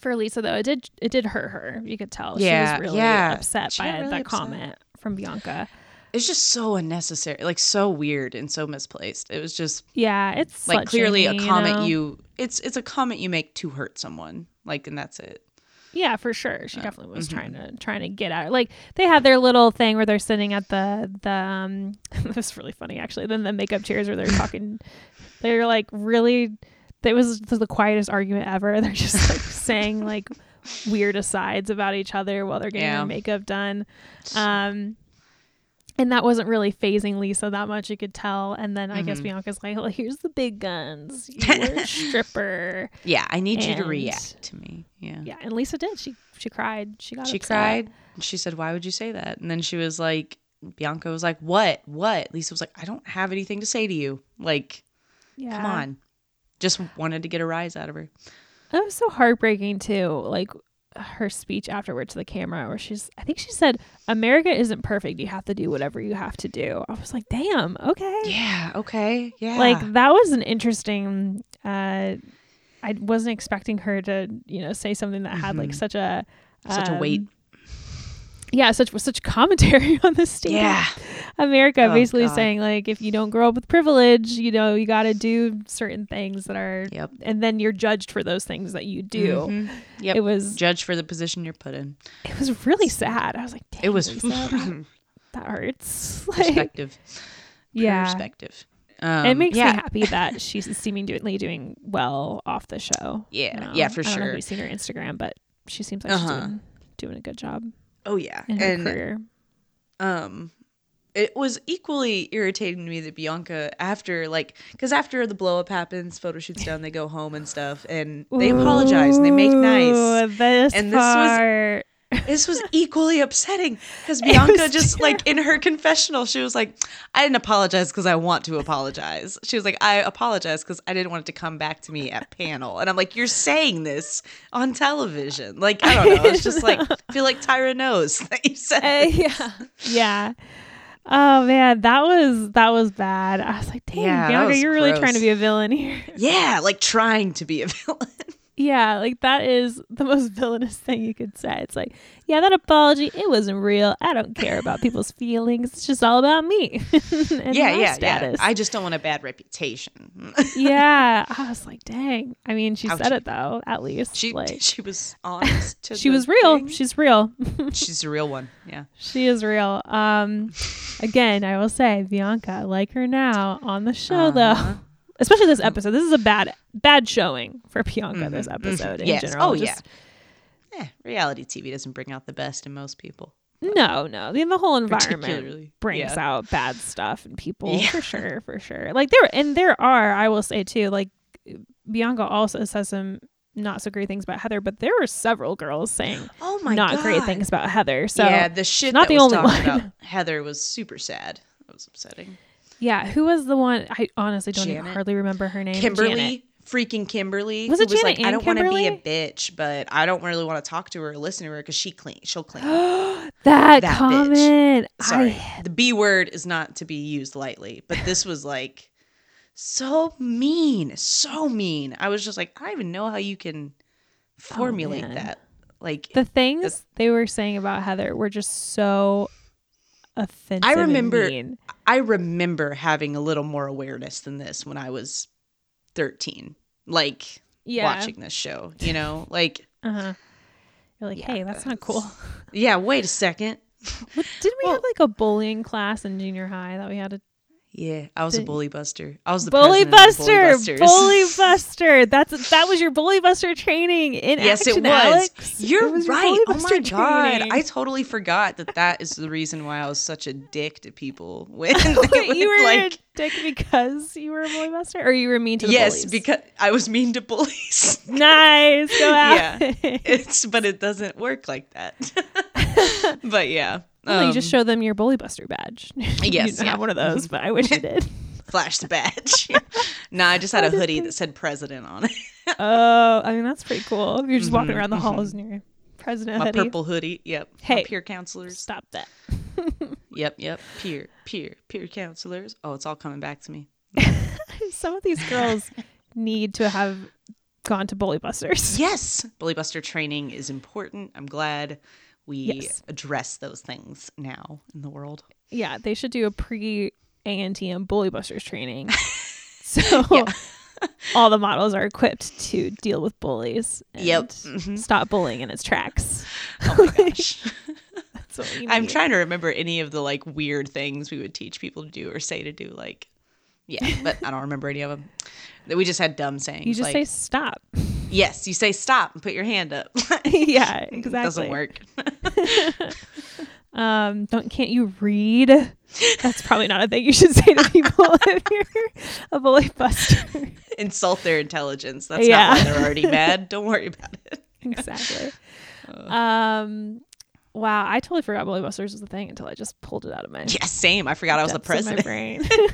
Speaker 1: for Lisa though. It did it did hurt her. You could tell
Speaker 2: Yeah,
Speaker 1: she was really
Speaker 2: yeah.
Speaker 1: upset
Speaker 2: She
Speaker 1: by
Speaker 2: got really
Speaker 1: that
Speaker 2: upset.
Speaker 1: comment from Bianca.
Speaker 2: it's just so unnecessary, like so weird and so misplaced. It was just
Speaker 1: Yeah, it's
Speaker 2: like
Speaker 1: slut
Speaker 2: clearly a
Speaker 1: shaming,
Speaker 2: comment
Speaker 1: you, know?
Speaker 2: you it's it's a comment you make to hurt someone. Like and that's it.
Speaker 1: Yeah, for sure. She definitely
Speaker 2: Mm-hmm.
Speaker 1: was trying to trying to get at her. Like they had their little thing where they're sitting at the the um it was really funny actually. Then the makeup chairs where they're talking they're like really it was the quietest argument ever. They're just like saying like weird asides about each other while they're getting
Speaker 2: Yeah.
Speaker 1: their makeup done. Um and that wasn't really phasing Lisa that much, you could tell. And then I guess
Speaker 2: Mm-hmm.
Speaker 1: Bianca's like, well, here's the big guns. You were a stripper.
Speaker 2: Yeah, I need you to
Speaker 1: And-
Speaker 2: react to me. Yeah.
Speaker 1: Yeah. And Lisa did. She she cried. She got
Speaker 2: She
Speaker 1: upset.
Speaker 2: cried. and She said, "Why would you say that?" And then she was like Bianca was like, "What? What?" Lisa was like, "I don't have anything to say to you." Like,
Speaker 1: Yeah.
Speaker 2: come on. Just wanted to get a rise out of her.
Speaker 1: That was so heartbreaking too. Like her speech afterward to the camera where she's I think she said America isn't perfect. You have to do whatever you have to do. I was like, "Damn, okay."
Speaker 2: Yeah. Okay. Yeah.
Speaker 1: Like that was an interesting uh I wasn't expecting her to, you know, say something that had like such a
Speaker 2: Mm-hmm. such a
Speaker 1: um,
Speaker 2: weight.
Speaker 1: Yeah, such such commentary on the state. of
Speaker 2: Yeah.
Speaker 1: America
Speaker 2: Oh,
Speaker 1: basically
Speaker 2: God.
Speaker 1: saying like if you don't grow up with privilege, you know, you got to do certain things that are
Speaker 2: Yep.
Speaker 1: and then you're judged for those things that you do.
Speaker 2: Mhm. Yep.
Speaker 1: It was
Speaker 2: Judge for the position you're put in.
Speaker 1: it was really sad. I was like, Damn,
Speaker 2: It was
Speaker 1: Lisa, that, that hurts. Like,
Speaker 2: perspective.
Speaker 1: yeah,
Speaker 2: Perspective. Um,
Speaker 1: it makes
Speaker 2: yeah.
Speaker 1: me happy that she's seemingly doing well off the show.
Speaker 2: Yeah.
Speaker 1: You know,
Speaker 2: Yeah, for
Speaker 1: I don't know if
Speaker 2: sure.
Speaker 1: you've seen her Instagram, but she seems like she's
Speaker 2: Uh-huh.
Speaker 1: doing, doing a good job
Speaker 2: Oh yeah.
Speaker 1: in her
Speaker 2: and
Speaker 1: career.
Speaker 2: um it was equally irritating to me that Bianca after like cuz after the blow up happens, photo shoots done, they go home and stuff and they apologize and they make nice.
Speaker 1: Ooh, This
Speaker 2: And this was-
Speaker 1: part.
Speaker 2: This was equally upsetting cuz
Speaker 1: was
Speaker 2: Bianca just like in her confessional, she was like I didn't apologize cuz I want to apologize. She was like I apologize cuz I didn't want it to come back to me at panel. And I'm like you're saying this on television. Like I don't know. It's just like I feel like Tyra knows that you said
Speaker 1: Uh,
Speaker 2: this.
Speaker 1: yeah. Yeah. Oh man, that was that was bad. I was like, dang,
Speaker 2: Yeah, that
Speaker 1: Bianca,
Speaker 2: was
Speaker 1: you're really trying to
Speaker 2: gross.
Speaker 1: be a villain here.
Speaker 2: Yeah, like trying to be a villain.
Speaker 1: Yeah, like that is the most villainous thing you could say. It's like, yeah, that apology, it wasn't real. I don't care about people's feelings. It's just all about me. and
Speaker 2: yeah,
Speaker 1: my
Speaker 2: yeah,
Speaker 1: status.
Speaker 2: yeah. I just don't want a bad reputation.
Speaker 1: yeah. I was like, dang. I mean, she said
Speaker 2: Ouchie.
Speaker 1: it though, at least.
Speaker 2: she
Speaker 1: like
Speaker 2: she was honest. To
Speaker 1: she
Speaker 2: the
Speaker 1: was real.
Speaker 2: thing.
Speaker 1: She's real.
Speaker 2: She's a real one. Yeah.
Speaker 1: she is real. Um again, I will say Bianca, I like her now on the show
Speaker 2: Uh-huh. Mm-hmm.
Speaker 1: though. Especially this episode. This is a bad bad showing for Bianca this episode in
Speaker 2: Yes.
Speaker 1: general.
Speaker 2: Oh,
Speaker 1: Just-
Speaker 2: yeah. Eh, reality TV doesn't bring out the best in most people.
Speaker 1: No, no. The, the whole environment
Speaker 2: Particularly,
Speaker 1: brings
Speaker 2: yeah.
Speaker 1: out bad stuff in people
Speaker 2: Yeah.
Speaker 1: for sure, for sure. Like there and there are, I will say too, like Bianca also says some not so great things about Heather, but there were several girls saying
Speaker 2: Oh my
Speaker 1: not
Speaker 2: god.
Speaker 1: great things about Heather. So
Speaker 2: yeah,
Speaker 1: yeah,
Speaker 2: the shit
Speaker 1: not
Speaker 2: that
Speaker 1: the
Speaker 2: was
Speaker 1: only
Speaker 2: talked
Speaker 1: one.
Speaker 2: about Heather was super sad. That was upsetting.
Speaker 1: who was the one? I honestly don't even
Speaker 2: Janet?
Speaker 1: hardly remember her name.
Speaker 2: Kimberly,
Speaker 1: Janet.
Speaker 2: freaking Kimberly,
Speaker 1: Was
Speaker 2: who
Speaker 1: it
Speaker 2: was
Speaker 1: Janet
Speaker 2: like, I
Speaker 1: and
Speaker 2: don't want to be a
Speaker 1: Kimberly?
Speaker 2: bitch, but I don't really want to talk to her or listen to her because she clean, she'll clean.
Speaker 1: That,
Speaker 2: bitch.
Speaker 1: comment.
Speaker 2: Sorry,
Speaker 1: I,
Speaker 2: the B word is not to be used lightly, but this was like so mean, so mean. I was just like, I don't even know how you can formulate
Speaker 1: Oh, man.
Speaker 2: that. Like,
Speaker 1: the things they were saying about Heather were just so offensive. and
Speaker 2: remember-
Speaker 1: mean.
Speaker 2: I remember having a little more awareness than this when I was 13, like
Speaker 1: yeah.
Speaker 2: watching this show, you know, like,
Speaker 1: Uh-huh. You're like,
Speaker 2: Yeah,
Speaker 1: hey, that's not cool.
Speaker 2: yeah, wait a second.
Speaker 1: What, didn't we have like a bullying class in junior high that we had to
Speaker 2: Yeah, I was a
Speaker 1: The-
Speaker 2: bully buster. I was the
Speaker 1: bully
Speaker 2: president of
Speaker 1: buster,
Speaker 2: the Bully Busters.
Speaker 1: bully buster. That's that was your bully buster training in
Speaker 2: yes, it
Speaker 1: action,
Speaker 2: was.
Speaker 1: Alex.
Speaker 2: You're
Speaker 1: It was your
Speaker 2: right.
Speaker 1: Bully
Speaker 2: Oh
Speaker 1: Buster
Speaker 2: my god,
Speaker 1: training.
Speaker 2: I totally forgot that that is the reason why I was such a dick to people when
Speaker 1: Wait, you were
Speaker 2: like
Speaker 1: a dick because you were a bully buster, or you were mean to the
Speaker 2: yes,
Speaker 1: bullies?
Speaker 2: because I was mean to bullies.
Speaker 1: nice. Go
Speaker 2: Yeah.
Speaker 1: out.
Speaker 2: it's but it doesn't work like that. but yeah,
Speaker 1: Well, you
Speaker 2: um,
Speaker 1: just show them your bully buster badge. Yes, you
Speaker 2: Yes,
Speaker 1: didn't
Speaker 2: yeah.
Speaker 1: have one of those, but I wish you did.
Speaker 2: flash the badge. no, I just had a hoodie that said president on it.
Speaker 1: oh, I mean that's pretty cool. You're just walking around the halls in your president
Speaker 2: Mm-hmm, My
Speaker 1: hoodie.
Speaker 2: purple hoodie. Yep. My
Speaker 1: Hey.
Speaker 2: peer counselors.
Speaker 1: Stop that.
Speaker 2: Yep, yep. Peer, peer, peer counselors. Oh, it's all coming back to me.
Speaker 1: Some of these girls need to have gone to bully busters.
Speaker 2: Yes, Bully Buster training is important. I'm glad we
Speaker 1: Yes.
Speaker 2: address those things now in the world.
Speaker 1: Yeah, they should do a pre ANTM bully busters training. So all the models are equipped to deal with bullies. And
Speaker 2: Yep. Mhm.
Speaker 1: Stop bullying in its tracks.
Speaker 2: Oh my gosh.
Speaker 1: That's what we
Speaker 2: I'm
Speaker 1: need.
Speaker 2: trying to remember any of the like weird things we would teach people to do or say to do. Like, yeah, but I don't remember any of them. We just had dumb sayings.
Speaker 1: You just
Speaker 2: like,
Speaker 1: say stop.
Speaker 2: yes. You say stop and put your hand up.
Speaker 1: yeah,
Speaker 2: It
Speaker 1: exactly.
Speaker 2: doesn't work.
Speaker 1: Um, don't can't you read? That's probably not a thing you should say to people if you're a bully buster.
Speaker 2: Insult their intelligence. That's
Speaker 1: Yeah.
Speaker 2: not why they're already mad. Don't worry about it.
Speaker 1: exactly. Um, Wow, I totally forgot Busters was the thing until I just pulled it out of my
Speaker 2: Yeah, same. I forgot I was the
Speaker 1: depths of my
Speaker 2: president.
Speaker 1: brain.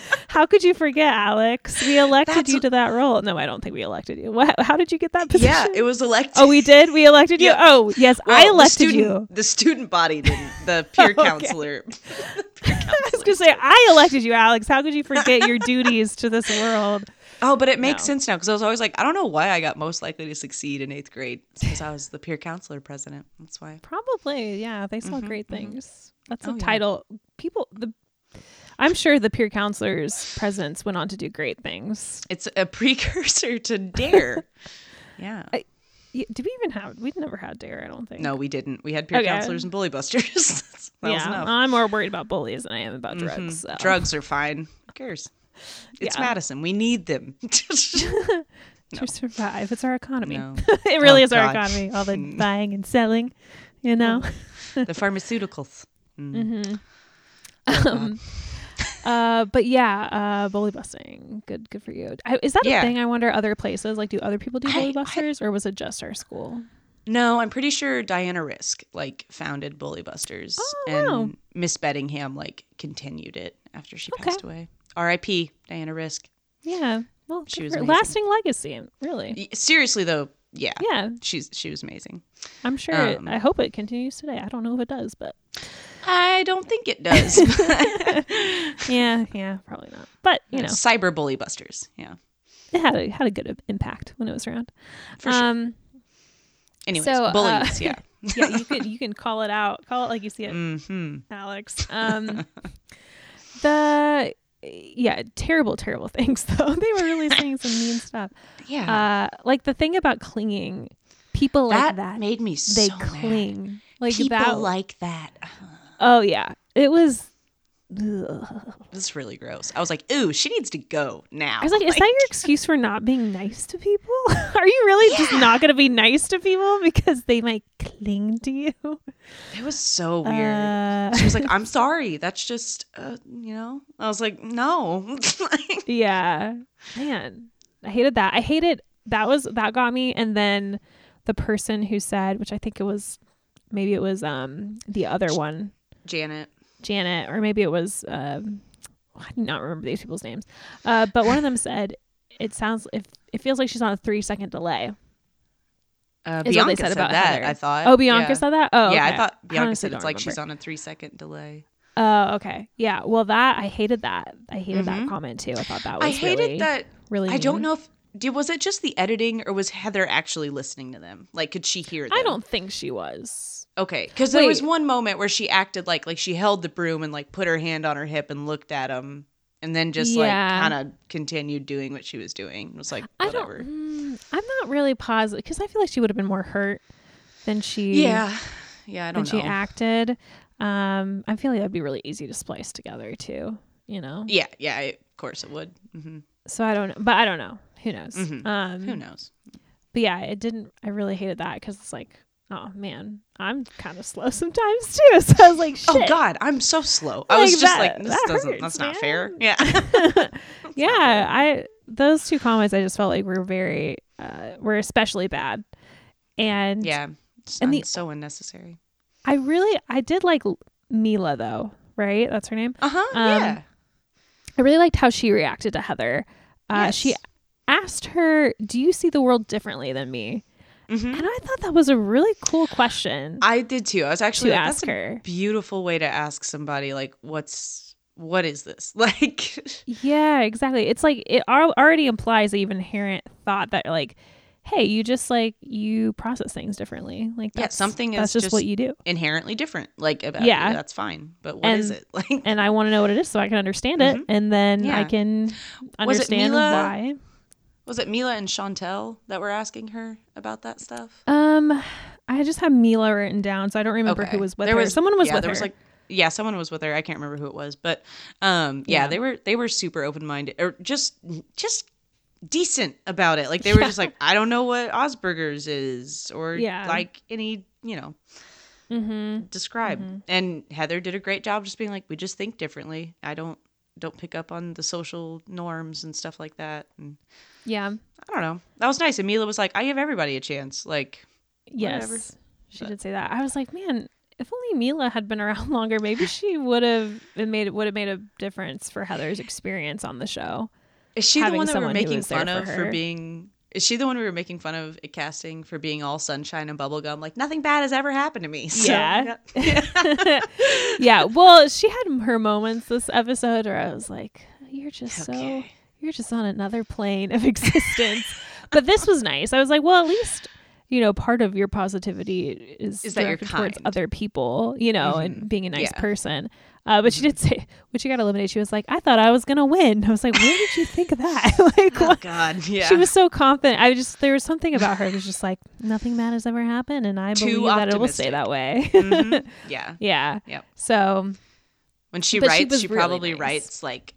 Speaker 1: how could you forget, Alex? We elected
Speaker 2: That's-
Speaker 1: you to that role. No, I don't think we elected you. What, how did you get that position?
Speaker 2: Yeah, it was elected.
Speaker 1: oh, we did. We elected you.
Speaker 2: Yeah.
Speaker 1: Oh, yes, I
Speaker 2: Well, the
Speaker 1: elected
Speaker 2: student,
Speaker 1: you.
Speaker 2: The student body didn't. The peer
Speaker 1: okay.
Speaker 2: counselor.
Speaker 1: I was gonna say I elected you, Alex. How could you forget your duties to this world?
Speaker 2: Oh, but it makes
Speaker 1: No.
Speaker 2: sense now because I was always like, I don't know why I got most likely to succeed in eighth grade because I was the peer counselor president. That's why.
Speaker 1: Probably, yeah. They saw great things. That's
Speaker 2: Mm-hmm, Oh,
Speaker 1: a
Speaker 2: yeah.
Speaker 1: title. People, the I'm sure the peer counselors presidents went on to do great things.
Speaker 2: It's a precursor to Dare. yeah.
Speaker 1: Y- Did we even have? We never had dare. I don't think.
Speaker 2: No, we didn't. We had peer
Speaker 1: Okay.
Speaker 2: counselors and bully busters. that was
Speaker 1: yeah,
Speaker 2: enough.
Speaker 1: I'm more worried about bullies than I am about drugs. so.
Speaker 2: Drugs are fine. Who cares? It's
Speaker 1: Yeah.
Speaker 2: Madison. We need them.
Speaker 1: to survive. It's our economy.
Speaker 2: No.
Speaker 1: it really
Speaker 2: Oh, Mm-hmm.
Speaker 1: is our
Speaker 2: God.
Speaker 1: economy. All the buying and selling, you know.
Speaker 2: the pharmaceuticals. Mm.
Speaker 1: Mm-hmm. um, uh, but yeah, uh, bully busting. Good, good for you. I, is that
Speaker 2: Yeah.
Speaker 1: a thing? I wonder. Other places like do other people do
Speaker 2: I-
Speaker 1: bully
Speaker 2: I-
Speaker 1: busters, or was it just our school?
Speaker 2: No, I'm pretty sure Diana Risk like founded Bully Busters
Speaker 1: Oh,
Speaker 2: and
Speaker 1: wow.
Speaker 2: Miss Bettingham like continued it after she
Speaker 1: Okay.
Speaker 2: passed away. R.I.P. Diana Risk.
Speaker 1: Yeah. Well,
Speaker 2: She
Speaker 1: good
Speaker 2: was
Speaker 1: for-
Speaker 2: amazing.
Speaker 1: lasting legacy. Really.
Speaker 2: Y- Seriously though, yeah.
Speaker 1: Yeah,
Speaker 2: She's she was amazing.
Speaker 1: I'm sure. it-
Speaker 2: Um,
Speaker 1: I hope it continues today. I don't know if it does, but
Speaker 2: I don't think it does.
Speaker 1: yeah, yeah, probably not. But you know,
Speaker 2: Cyber Bully Busters. Yeah.
Speaker 1: it had a had a good impact when it was around.
Speaker 2: For sure.
Speaker 1: um,
Speaker 2: Anyways,
Speaker 1: so, uh,
Speaker 2: bullies, yeah.
Speaker 1: yeah, you can you can call it out. Call it like you see it,
Speaker 2: hmm
Speaker 1: Alex. Um, the yeah, terrible, terrible things though. They were really saying some mean stuff.
Speaker 2: Yeah.
Speaker 1: Uh, like the thing about clinging, people like
Speaker 2: that,
Speaker 1: that
Speaker 2: made me
Speaker 1: they
Speaker 2: so mad.
Speaker 1: cling. Like
Speaker 2: People
Speaker 1: that.
Speaker 2: like that.
Speaker 1: oh yeah, it was. ugh.
Speaker 2: This is really gross. I was like, ooh, she needs to go now.
Speaker 1: I was like, is that your excuse for not being nice to people? Are you really just not going to be nice to people because they might cling to you?
Speaker 2: It was so weird.
Speaker 1: Uh,
Speaker 2: She was like, I'm sorry. That's just, uh, you know? I was like, no. Like,
Speaker 1: Yeah. Man, I hated that. I hated that was that got me and then the person who said, which I think it was maybe it was um the other one,
Speaker 2: Janet.
Speaker 1: Janet, or maybe it was um I do not remember these people's names. Uh but one of them said it sounds if it feels like she's on a 3 second delay.
Speaker 2: Uh,
Speaker 1: Is what they
Speaker 2: Bianca
Speaker 1: said
Speaker 2: said
Speaker 1: about
Speaker 2: that,
Speaker 1: Heather.
Speaker 2: I thought.
Speaker 1: Oh, Bianca
Speaker 2: Uh, yeah.
Speaker 1: said that? Oh.
Speaker 2: yeah, I
Speaker 1: okay.
Speaker 2: thought Bianca
Speaker 1: honestly
Speaker 2: said it's
Speaker 1: don't
Speaker 2: like
Speaker 1: remember.
Speaker 2: she's on a three second delay.
Speaker 1: Oh, okay. Yeah. Well, that I hated that. I hated
Speaker 2: Mhm.
Speaker 1: that comment too. I thought that was
Speaker 2: I hated
Speaker 1: really,
Speaker 2: that.
Speaker 1: really
Speaker 2: I don't
Speaker 1: mean.
Speaker 2: know if, did, was it just the editing or was Heather actually listening to them? Like, could she hear them?
Speaker 1: I don't think she was.
Speaker 2: Okay. Because there was
Speaker 1: Wait.
Speaker 2: one moment where she acted like, like she held the broom and like put her hand on her hip and looked at him. And then just
Speaker 1: Yeah.
Speaker 2: like kind of continued doing what she was doing. It was like, whatever.
Speaker 1: I don't. mm, I'm not really positive because I feel like she would have been more hurt than she.
Speaker 2: Yeah. Yeah, I
Speaker 1: than
Speaker 2: don't
Speaker 1: she
Speaker 2: know.
Speaker 1: acted. Um, I feel like that'd be really easy to splice together too. You know.
Speaker 2: yeah, yeah, I- of course it would. hmm
Speaker 1: So I don't. know. But I don't know. Who knows?
Speaker 2: Mhm.
Speaker 1: Um,
Speaker 2: Who knows?
Speaker 1: But yeah, it didn't. I really hated that because it's like, oh man, I'm kind of slow sometimes too. So I was like, shit.
Speaker 2: Oh God, I'm so slow. I was
Speaker 1: Like,
Speaker 2: just
Speaker 1: that-
Speaker 2: like, this
Speaker 1: that
Speaker 2: doesn't.
Speaker 1: hurts,
Speaker 2: that's not
Speaker 1: man.
Speaker 2: fair. Yeah.
Speaker 1: yeah, I those two comments I just felt like were very uh, were especially bad. And
Speaker 2: yeah. It's
Speaker 1: And
Speaker 2: un-
Speaker 1: the-
Speaker 2: so unnecessary.
Speaker 1: I really I did like Mila though, right? That's her name.
Speaker 2: Uh huh.
Speaker 1: Um,
Speaker 2: yeah.
Speaker 1: I really liked how she reacted to Heather. Uh, She
Speaker 2: Yes.
Speaker 1: asked her, "Do you see the world differently than me?"
Speaker 2: Mhm.
Speaker 1: And I thought that was a really cool question
Speaker 2: I did too. I was actually
Speaker 1: to
Speaker 2: like,
Speaker 1: ask
Speaker 2: that's a
Speaker 1: her.
Speaker 2: beautiful way to ask somebody like, what's what is this like?
Speaker 1: Yeah, exactly. It's like it al- already implies the inherent thought that like, hey, you just like you process things differently. Like
Speaker 2: Yeah,
Speaker 1: that's,
Speaker 2: something
Speaker 1: that's
Speaker 2: is
Speaker 1: just, what
Speaker 2: just-
Speaker 1: you do.
Speaker 2: Inherently different. Like about
Speaker 1: Yeah.
Speaker 2: yeah, that's fine. But what is
Speaker 1: And-
Speaker 2: it like?
Speaker 1: And I want to know what it is so I can understand it, and then I
Speaker 2: Mm-hmm. Yeah.
Speaker 1: can
Speaker 2: Was it
Speaker 1: understand
Speaker 2: Mila?
Speaker 1: why.
Speaker 2: was it Mila and Chantel that were asking her about that stuff?
Speaker 1: Um, I just have Mila written down, so I don't remember
Speaker 2: Okay.
Speaker 1: who was with
Speaker 2: There
Speaker 1: her.
Speaker 2: was-
Speaker 1: Someone was
Speaker 2: yeah,
Speaker 1: with
Speaker 2: there
Speaker 1: her.
Speaker 2: was like yeah, someone was with her. I can't remember who it was, but um, yeah,
Speaker 1: Yeah.
Speaker 2: they were they were super open minded or just just decent about it. Like they were just like, I don't know what Osburgers is or
Speaker 1: Yeah.
Speaker 2: like any you know
Speaker 1: mm-hmm.
Speaker 2: describe. And Heather did a great job just being like, we just think differently. I don't don't pick up on the social norms and stuff like that. And
Speaker 1: Yeah.
Speaker 2: I don't know. That was nice. Amelia was like, I give everybody a chance. Like
Speaker 1: Yes.
Speaker 2: Whatever.
Speaker 1: She did say that. I was like, man, if only Mila had been around longer, maybe she would have it made it would have made a difference for Heather's experience on the show.
Speaker 2: Is she the
Speaker 1: having
Speaker 2: one that we're
Speaker 1: someone who
Speaker 2: making
Speaker 1: was there
Speaker 2: fun of
Speaker 1: for
Speaker 2: for
Speaker 1: her.
Speaker 2: being? Is she the one we were making fun of at casting for being all sunshine and bubblegum? Like nothing bad has ever happened to me. So, Oh,
Speaker 1: Yeah. yeah. Well, she had her moments this episode where I was like, you're just so
Speaker 2: Okay.
Speaker 1: you're just on another plane of existence. but this was nice. I was like, well, at least you know, part of your positivity is,
Speaker 2: Is that you're
Speaker 1: directed towards
Speaker 2: kind. Mm-hmm.
Speaker 1: other people, you know, and being a nice
Speaker 2: Yeah. Mm-hmm.
Speaker 1: person. Uh, but she did say when she got eliminated, she was like, "I thought I was gonna win." I was like, "Where did you think of that?" like,
Speaker 2: oh
Speaker 1: what?
Speaker 2: God, yeah.
Speaker 1: she was so confident. I just there was something about her that was just like nothing bad has ever happened, and I
Speaker 2: Too
Speaker 1: believe that it will stay
Speaker 2: optimistic.
Speaker 1: that way.
Speaker 2: Mhm. Yeah.
Speaker 1: yeah.
Speaker 2: Yep.
Speaker 1: So
Speaker 2: When she
Speaker 1: But she
Speaker 2: writes,
Speaker 1: was
Speaker 2: she,
Speaker 1: really
Speaker 2: probably
Speaker 1: nice.
Speaker 2: writes like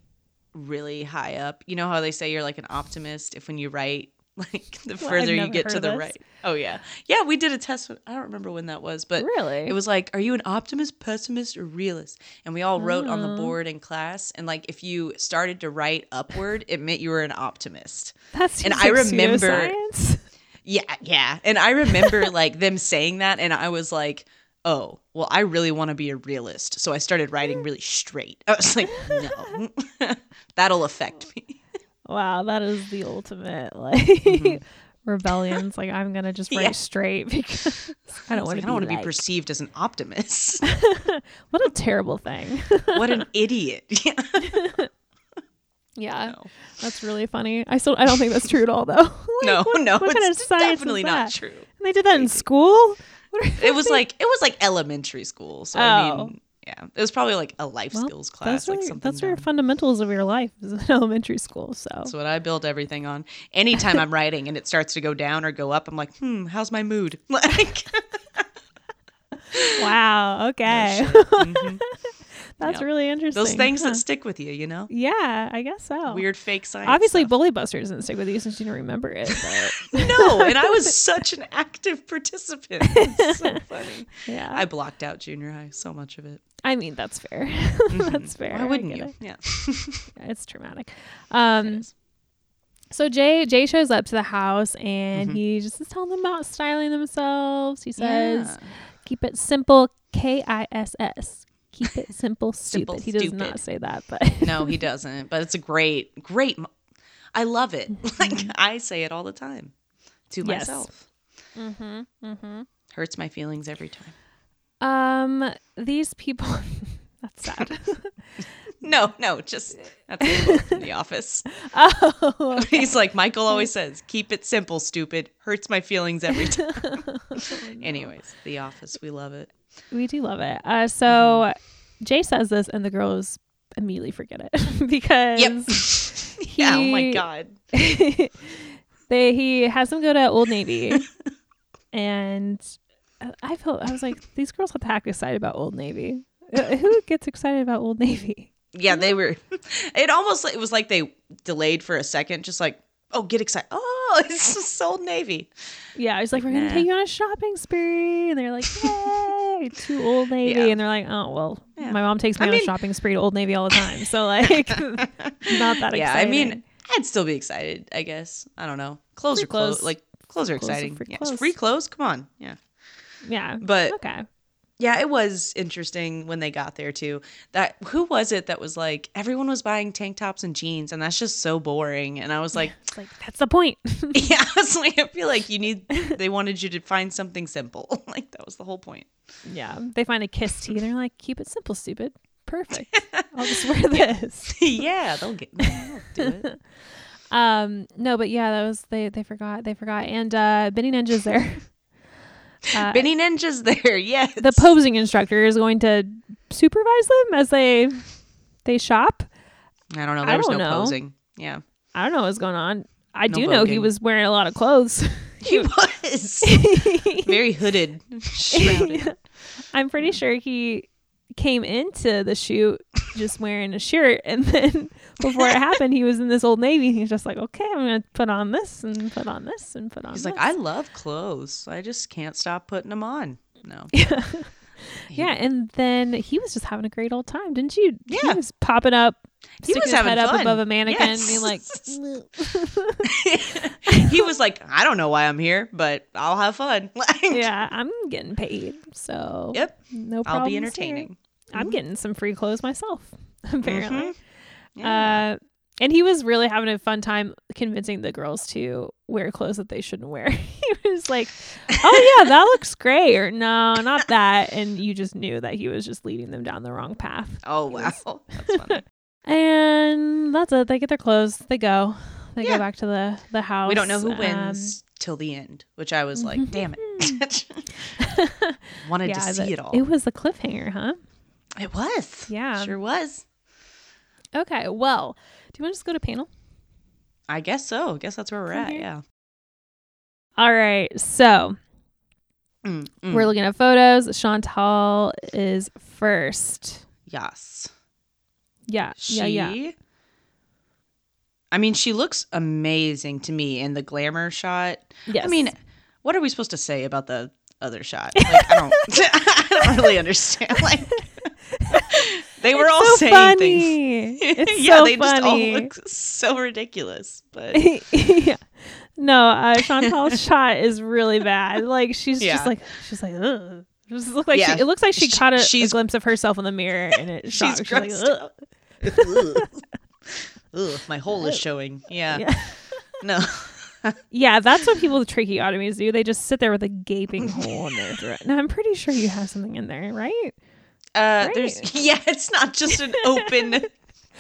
Speaker 2: really high up. You know how they say you're like an optimist if when you write like
Speaker 1: Well,
Speaker 2: the
Speaker 1: I've
Speaker 2: further you
Speaker 1: never
Speaker 2: get
Speaker 1: heard
Speaker 2: to
Speaker 1: of
Speaker 2: the
Speaker 1: this.
Speaker 2: right. Oh yeah. Yeah, we did a test I don't remember when that was, but
Speaker 1: really,
Speaker 2: It was like, are you an optimist, pessimist, or realist? And we all wrote on the
Speaker 1: Oh.
Speaker 2: board in class. And like, if you started to write upward, it meant you were an optimist.
Speaker 1: that's
Speaker 2: and I remember-
Speaker 1: science.
Speaker 2: Yeah, yeah. And I remember like them saying that, and I was like, oh, well, I really want to be a realist. So I started writing really straight. I was like, no, that'll affect me.
Speaker 1: Wow, that is the ultimate like rebellions. Like I'm gonna just write
Speaker 2: Mm-hmm. Yeah.
Speaker 1: straight because I don't want
Speaker 2: It's like, I
Speaker 1: to.
Speaker 2: don't want to be
Speaker 1: like-
Speaker 2: perceived as an optimist.
Speaker 1: What a terrible thing.
Speaker 2: what an idiot. Yeah.
Speaker 1: yeah,
Speaker 2: No.
Speaker 1: that's really funny. I still I don't think that's true at all though. Like,
Speaker 2: No,
Speaker 1: what-
Speaker 2: no,
Speaker 1: what kind of
Speaker 2: it's
Speaker 1: science is
Speaker 2: definitely not
Speaker 1: that?
Speaker 2: true.
Speaker 1: And they did that in school. What are-
Speaker 2: it was like it was like elementary school. So I
Speaker 1: Oh.
Speaker 2: mean, yeah, it was probably like a life
Speaker 1: Well,
Speaker 2: skills class,
Speaker 1: That's really,
Speaker 2: like something.
Speaker 1: that's your
Speaker 2: dumb.
Speaker 1: fundamentals of your life is in elementary school. So
Speaker 2: That's what I build everything on. Anytime I'm writing and it starts to go down or go up, I'm like, hmm, how's my mood? Like,
Speaker 1: wow, okay,
Speaker 2: mhm.
Speaker 1: that's
Speaker 2: Yep.
Speaker 1: really interesting.
Speaker 2: those things
Speaker 1: huh.
Speaker 2: that stick with you, you know,
Speaker 1: yeah, I guess so.
Speaker 2: weird fake science.
Speaker 1: Obviously,
Speaker 2: stuff.
Speaker 1: Bully Buster doesn't stick with you since you don't remember it. But
Speaker 2: no. And I was such an active participant. It's so funny.
Speaker 1: yeah,
Speaker 2: I blocked out junior high, so much of it.
Speaker 1: I mean, that's fair. that's fair.
Speaker 2: Mm-hmm.
Speaker 1: I
Speaker 2: Why wouldn't
Speaker 1: get
Speaker 2: you?
Speaker 1: it.
Speaker 2: Yeah.
Speaker 1: Mm. Yeah, It's traumatic. Um,
Speaker 2: is.
Speaker 1: so Jay Jay shows up to the house and
Speaker 2: Mm-hmm.
Speaker 1: he just is telling them about styling themselves. He says,
Speaker 2: Yeah.
Speaker 1: "Keep it simple, K I S S. Keep it simple, stupid."
Speaker 2: Simple,
Speaker 1: he does
Speaker 2: stupid.
Speaker 1: not say that, but
Speaker 2: No, he doesn't. But it's a great, great. mo- I love it. Like I say it all the time to
Speaker 1: Yes.
Speaker 2: myself.
Speaker 1: Mm-hmm. Mm-hmm.
Speaker 2: Hurts my feelings every time.
Speaker 1: Um, these people. that's sad.
Speaker 2: No, no, just that's Michael from the office.
Speaker 1: oh,
Speaker 2: He's like Michael always says, "Keep it simple, stupid." Hurts my feelings every time. Anyways, the office, we love it.
Speaker 1: we do love it. Uh, so Jay says this, and the girls immediately forget it because
Speaker 2: Mm-hmm. Yep. yeah. Oh my
Speaker 1: He-
Speaker 2: god.
Speaker 1: they he has them go to Old Navy, and I- I felt I was like these girls have to act excited about Old Navy. Uh, Who gets excited about Old Navy?
Speaker 2: Yeah, they were. It almost it was like they delayed for a second, just like, oh, get excited. Oh, it's just Old Navy.
Speaker 1: Yeah, I was like, we're gonna
Speaker 2: Nah.
Speaker 1: take you on a shopping spree, and they're like, yay, to Old Navy,
Speaker 2: Yeah.
Speaker 1: and they're like, oh well,
Speaker 2: Yeah.
Speaker 1: my mom takes me
Speaker 2: I
Speaker 1: on a
Speaker 2: mean-
Speaker 1: shopping spree to Old Navy all the time, so like, not that exciting.
Speaker 2: yeah, I mean, I'd still be excited, I guess. I don't know. Clothes
Speaker 1: Free
Speaker 2: are clothes.
Speaker 1: clothes.
Speaker 2: Like clothes are
Speaker 1: Clothes are
Speaker 2: exciting.
Speaker 1: free
Speaker 2: yeah,
Speaker 1: clothes.
Speaker 2: it's free clothes. Come on. Yeah.
Speaker 1: yeah,
Speaker 2: But
Speaker 1: okay,
Speaker 2: yeah, it was interesting when they got there too. That who was it that was like everyone was buying tank tops and jeans and that's just so boring. And I was like,
Speaker 1: it's like that's the point.
Speaker 2: yeah, I was like, I feel like you need they wanted you to find something simple. like that was the whole point.
Speaker 1: yeah, they find a kiss tee, they're like, keep it simple, stupid. Perfect. I'll just wear this.
Speaker 2: yeah, they'll get they'll do it.
Speaker 1: Um, no, but yeah, that was they they forgot they forgot, and uh, Benny Ninja's there. Uh,
Speaker 2: Benny Ninja's there. Yes.
Speaker 1: the posing instructor is going to supervise them as they they shop.
Speaker 2: I don't know.
Speaker 1: I
Speaker 2: There was
Speaker 1: don't
Speaker 2: no
Speaker 1: know.
Speaker 2: posing. Yeah.
Speaker 1: I don't know what's going on. I
Speaker 2: No
Speaker 1: do know he
Speaker 2: voguing.
Speaker 1: was wearing a lot of clothes.
Speaker 2: He was very hooded, shrouded.
Speaker 1: I'm pretty sure he came into the shoot just wearing a shirt, and then before it happened, he was in this old navy. He's just like, okay, I'm gonna put on this and put on this and put on.
Speaker 2: He's like,
Speaker 1: this."
Speaker 2: I love clothes. I just can't stop putting them on. No.
Speaker 1: Yeah, and then he was just having a great old time, didn't you? he
Speaker 2: Yeah.
Speaker 1: was popping up,
Speaker 2: He
Speaker 1: sticking
Speaker 2: was
Speaker 1: his
Speaker 2: having
Speaker 1: head up
Speaker 2: fun.
Speaker 1: above a mannequin,
Speaker 2: Yes.
Speaker 1: being like,
Speaker 2: he was like, I don't know why I'm here, but I'll have fun. Like,
Speaker 1: yeah, I'm getting paid, so
Speaker 2: Yep.
Speaker 1: no problem.
Speaker 2: I'll be entertaining. Mm-hmm.
Speaker 1: I'm getting some free clothes myself, apparently.
Speaker 2: Mhm. Yeah.
Speaker 1: Uh, and he was really having a fun time convincing the girls to wear clothes that they shouldn't wear. he was like, "Oh yeah, that looks great," or "No, not that." And you just knew that he was just leading them down the wrong path.
Speaker 2: oh wow. That's funny.
Speaker 1: And that's it. They get their clothes. They go. They
Speaker 2: Yeah.
Speaker 1: go back to the the house.
Speaker 2: We don't know who
Speaker 1: Um,
Speaker 2: wins till the end, which I was like, damn it. Wanted
Speaker 1: yeah,
Speaker 2: to see
Speaker 1: but
Speaker 2: it all.
Speaker 1: It was the cliffhanger, huh?
Speaker 2: It was.
Speaker 1: Yeah.
Speaker 2: Sure was.
Speaker 1: Okay. Well, do you want to just go to panel?
Speaker 2: I guess so. I guess that's where we're
Speaker 1: From
Speaker 2: at.
Speaker 1: here?
Speaker 2: Yeah.
Speaker 1: All right. So
Speaker 2: Mm, mm.
Speaker 1: we're looking at photos. Chantal is first.
Speaker 2: yes.
Speaker 1: Yeah.
Speaker 2: She.
Speaker 1: yeah. Yeah.
Speaker 2: I mean, she looks amazing to me in the glamour shot.
Speaker 1: Yes.
Speaker 2: I mean, what are we supposed to say about the other shot? Like, I don't, I don't really understand. Like, they were all
Speaker 1: so
Speaker 2: saying things.
Speaker 1: funny. It's
Speaker 2: yeah,
Speaker 1: so
Speaker 2: they
Speaker 1: funny.
Speaker 2: just all look so ridiculous. But
Speaker 1: yeah. No, uh, Chantal's shot is really bad. Like she's
Speaker 2: Yeah.
Speaker 1: just like she's like ugh. It just look like
Speaker 2: Yeah.
Speaker 1: she, it looks like she,
Speaker 2: She-
Speaker 1: caught a, a
Speaker 2: she's-
Speaker 1: glimpse of herself in the mirror and it shocked. her. She's
Speaker 2: grossed
Speaker 1: like, ugh.
Speaker 2: ugh, Ugh, my hole is showing. Yeah.
Speaker 1: Yeah.
Speaker 2: No.
Speaker 1: yeah, that's what people with tracheotomies do. They just sit there with a gaping hole in their throat. Now I'm pretty sure you have something in there, right?
Speaker 2: Uh, there's yeah, it's not just an open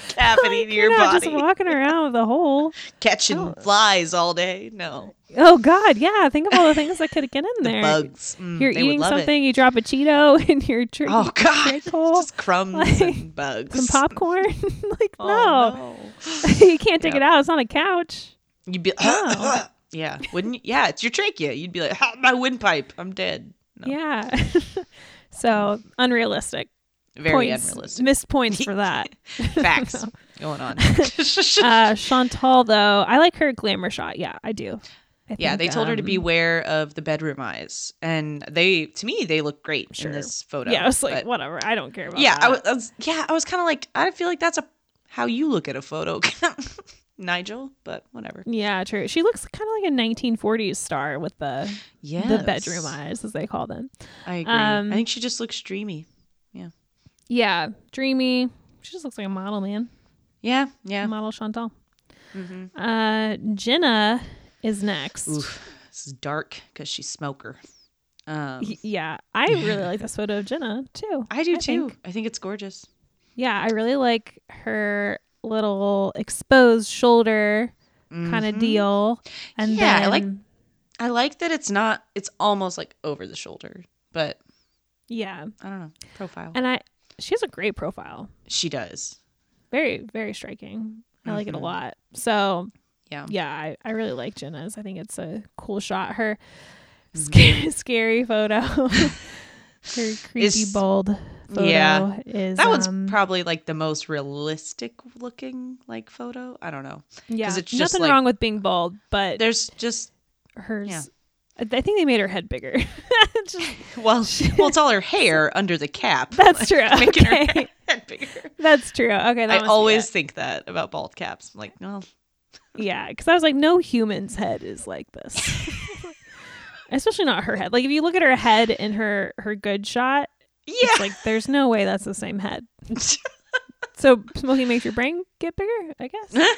Speaker 2: cavity to your
Speaker 1: You're not
Speaker 2: body
Speaker 1: just walking around with a hole.
Speaker 2: catching flies all day. No,
Speaker 1: Oh God, yeah. Think of all the things that could get in
Speaker 2: the
Speaker 1: there.
Speaker 2: bugs. Mm,
Speaker 1: You're
Speaker 2: they would
Speaker 1: eating
Speaker 2: love it.
Speaker 1: something, you drop a Cheeto in your tra-
Speaker 2: Oh god,
Speaker 1: trach hole.
Speaker 2: just crumbs
Speaker 1: Like,
Speaker 2: and bugs.
Speaker 1: some popcorn. like,
Speaker 2: Oh,
Speaker 1: no,
Speaker 2: no.
Speaker 1: you can't take
Speaker 2: Yeah.
Speaker 1: it out. It's on a couch.
Speaker 2: You'd be
Speaker 1: No.
Speaker 2: yeah, wouldn't you? Yeah, it's your trachea. You'd be like, ah, my windpipe. I'm dead. No, Mm-hmm.
Speaker 1: Yeah. so unrealistic.
Speaker 2: very
Speaker 1: points,
Speaker 2: unrealistic
Speaker 1: Missed points for that.
Speaker 2: facts going on.
Speaker 1: uh, Chantal, though, I like her glamour shot. Yeah, I do. I
Speaker 2: yeah,
Speaker 1: think,
Speaker 2: they told her to
Speaker 1: um,
Speaker 2: beware of the bedroom eyes, and they to me they look great
Speaker 1: Sure.
Speaker 2: in this photo.
Speaker 1: Yeah, I was like,
Speaker 2: but-
Speaker 1: whatever. I don't care about
Speaker 2: yeah,
Speaker 1: that.
Speaker 2: I was, I was- yeah, I was kind of like, I feel like that's a how you look at a photo, Nigel. But whatever.
Speaker 1: yeah, true. She looks kind of like a 1940s star with the
Speaker 2: Yeah,
Speaker 1: the bedroom eyes, as they call them.
Speaker 2: I agree.
Speaker 1: Um,
Speaker 2: I think she just looks dreamy.
Speaker 1: Yeah, dreamy. She just looks like a model, man.
Speaker 2: Yeah, yeah.
Speaker 1: Model Chantal.
Speaker 2: Mhm.
Speaker 1: Uh, Jenna is next.
Speaker 2: Oof, this is dark because she's smoker. Um,
Speaker 1: Y- Yeah, I really like this photo of Jenna too.
Speaker 2: I do
Speaker 1: I
Speaker 2: too.
Speaker 1: think-
Speaker 2: I think it's gorgeous.
Speaker 1: Yeah, I really like her little exposed shoulder kind of
Speaker 2: Mhm.
Speaker 1: deal. And
Speaker 2: Yeah, I
Speaker 1: then,
Speaker 2: like- I like that it's not. It's almost like over the shoulder, but
Speaker 1: Yeah,
Speaker 2: I don't know profile.
Speaker 1: and I she has a great profile.
Speaker 2: she does.
Speaker 1: Very very striking. I like it a
Speaker 2: Mhm.
Speaker 1: lot. So
Speaker 2: Yeah.
Speaker 1: yeah, I, I really like Jenna's. I think it's a cool shot. Her
Speaker 2: Mm-hmm.
Speaker 1: scary scary photo. her creepy
Speaker 2: Is-
Speaker 1: bald photo
Speaker 2: Yeah.
Speaker 1: is
Speaker 2: That one's
Speaker 1: um,
Speaker 2: probably like the most realistic looking like photo. I don't know.
Speaker 1: yeah.
Speaker 2: 'cause it's just
Speaker 1: Nothing
Speaker 2: like-
Speaker 1: wrong with being bald, but
Speaker 2: There's just
Speaker 1: hers.
Speaker 2: Yeah.
Speaker 1: I I think they made her head bigger. Just-
Speaker 2: well, well, it's all her hair under the cap.
Speaker 1: that's true.
Speaker 2: making her
Speaker 1: Okay.
Speaker 2: head bigger.
Speaker 1: That's true. Okay, that must
Speaker 2: I
Speaker 1: be
Speaker 2: always
Speaker 1: it.
Speaker 2: think that about bald caps. I'm like, no,
Speaker 1: yeah, because I was like, no human's head is like this, especially not her head. Like if you look at her head in her her good shot,
Speaker 2: yeah,
Speaker 1: it's like there's no way that's the same head. So smoking makes your brain get bigger, I guess.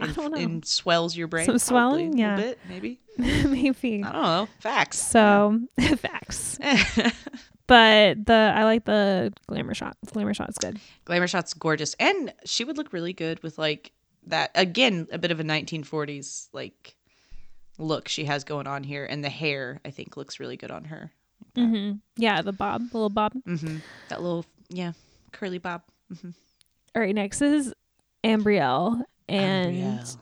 Speaker 1: I don't
Speaker 2: and,
Speaker 1: know.
Speaker 2: and swells your brain.
Speaker 1: Some swelling,
Speaker 2: probably, a little
Speaker 1: yeah.
Speaker 2: bit, maybe.
Speaker 1: Maybe.
Speaker 2: I don't know. Facts.
Speaker 1: So facts, but the I like the glamour shot. Glamour shot's good.
Speaker 2: Glamour shot's gorgeous, and she would look really good with like that again, a bit of a 1940s like look she has going on here, and the hair I think looks really good on her.
Speaker 1: hmm Yeah, the bob, the little bob.
Speaker 2: Mm-hmm. That little yeah, curly bob.
Speaker 1: All right, next is Ambrielle, and
Speaker 2: Gabrielle.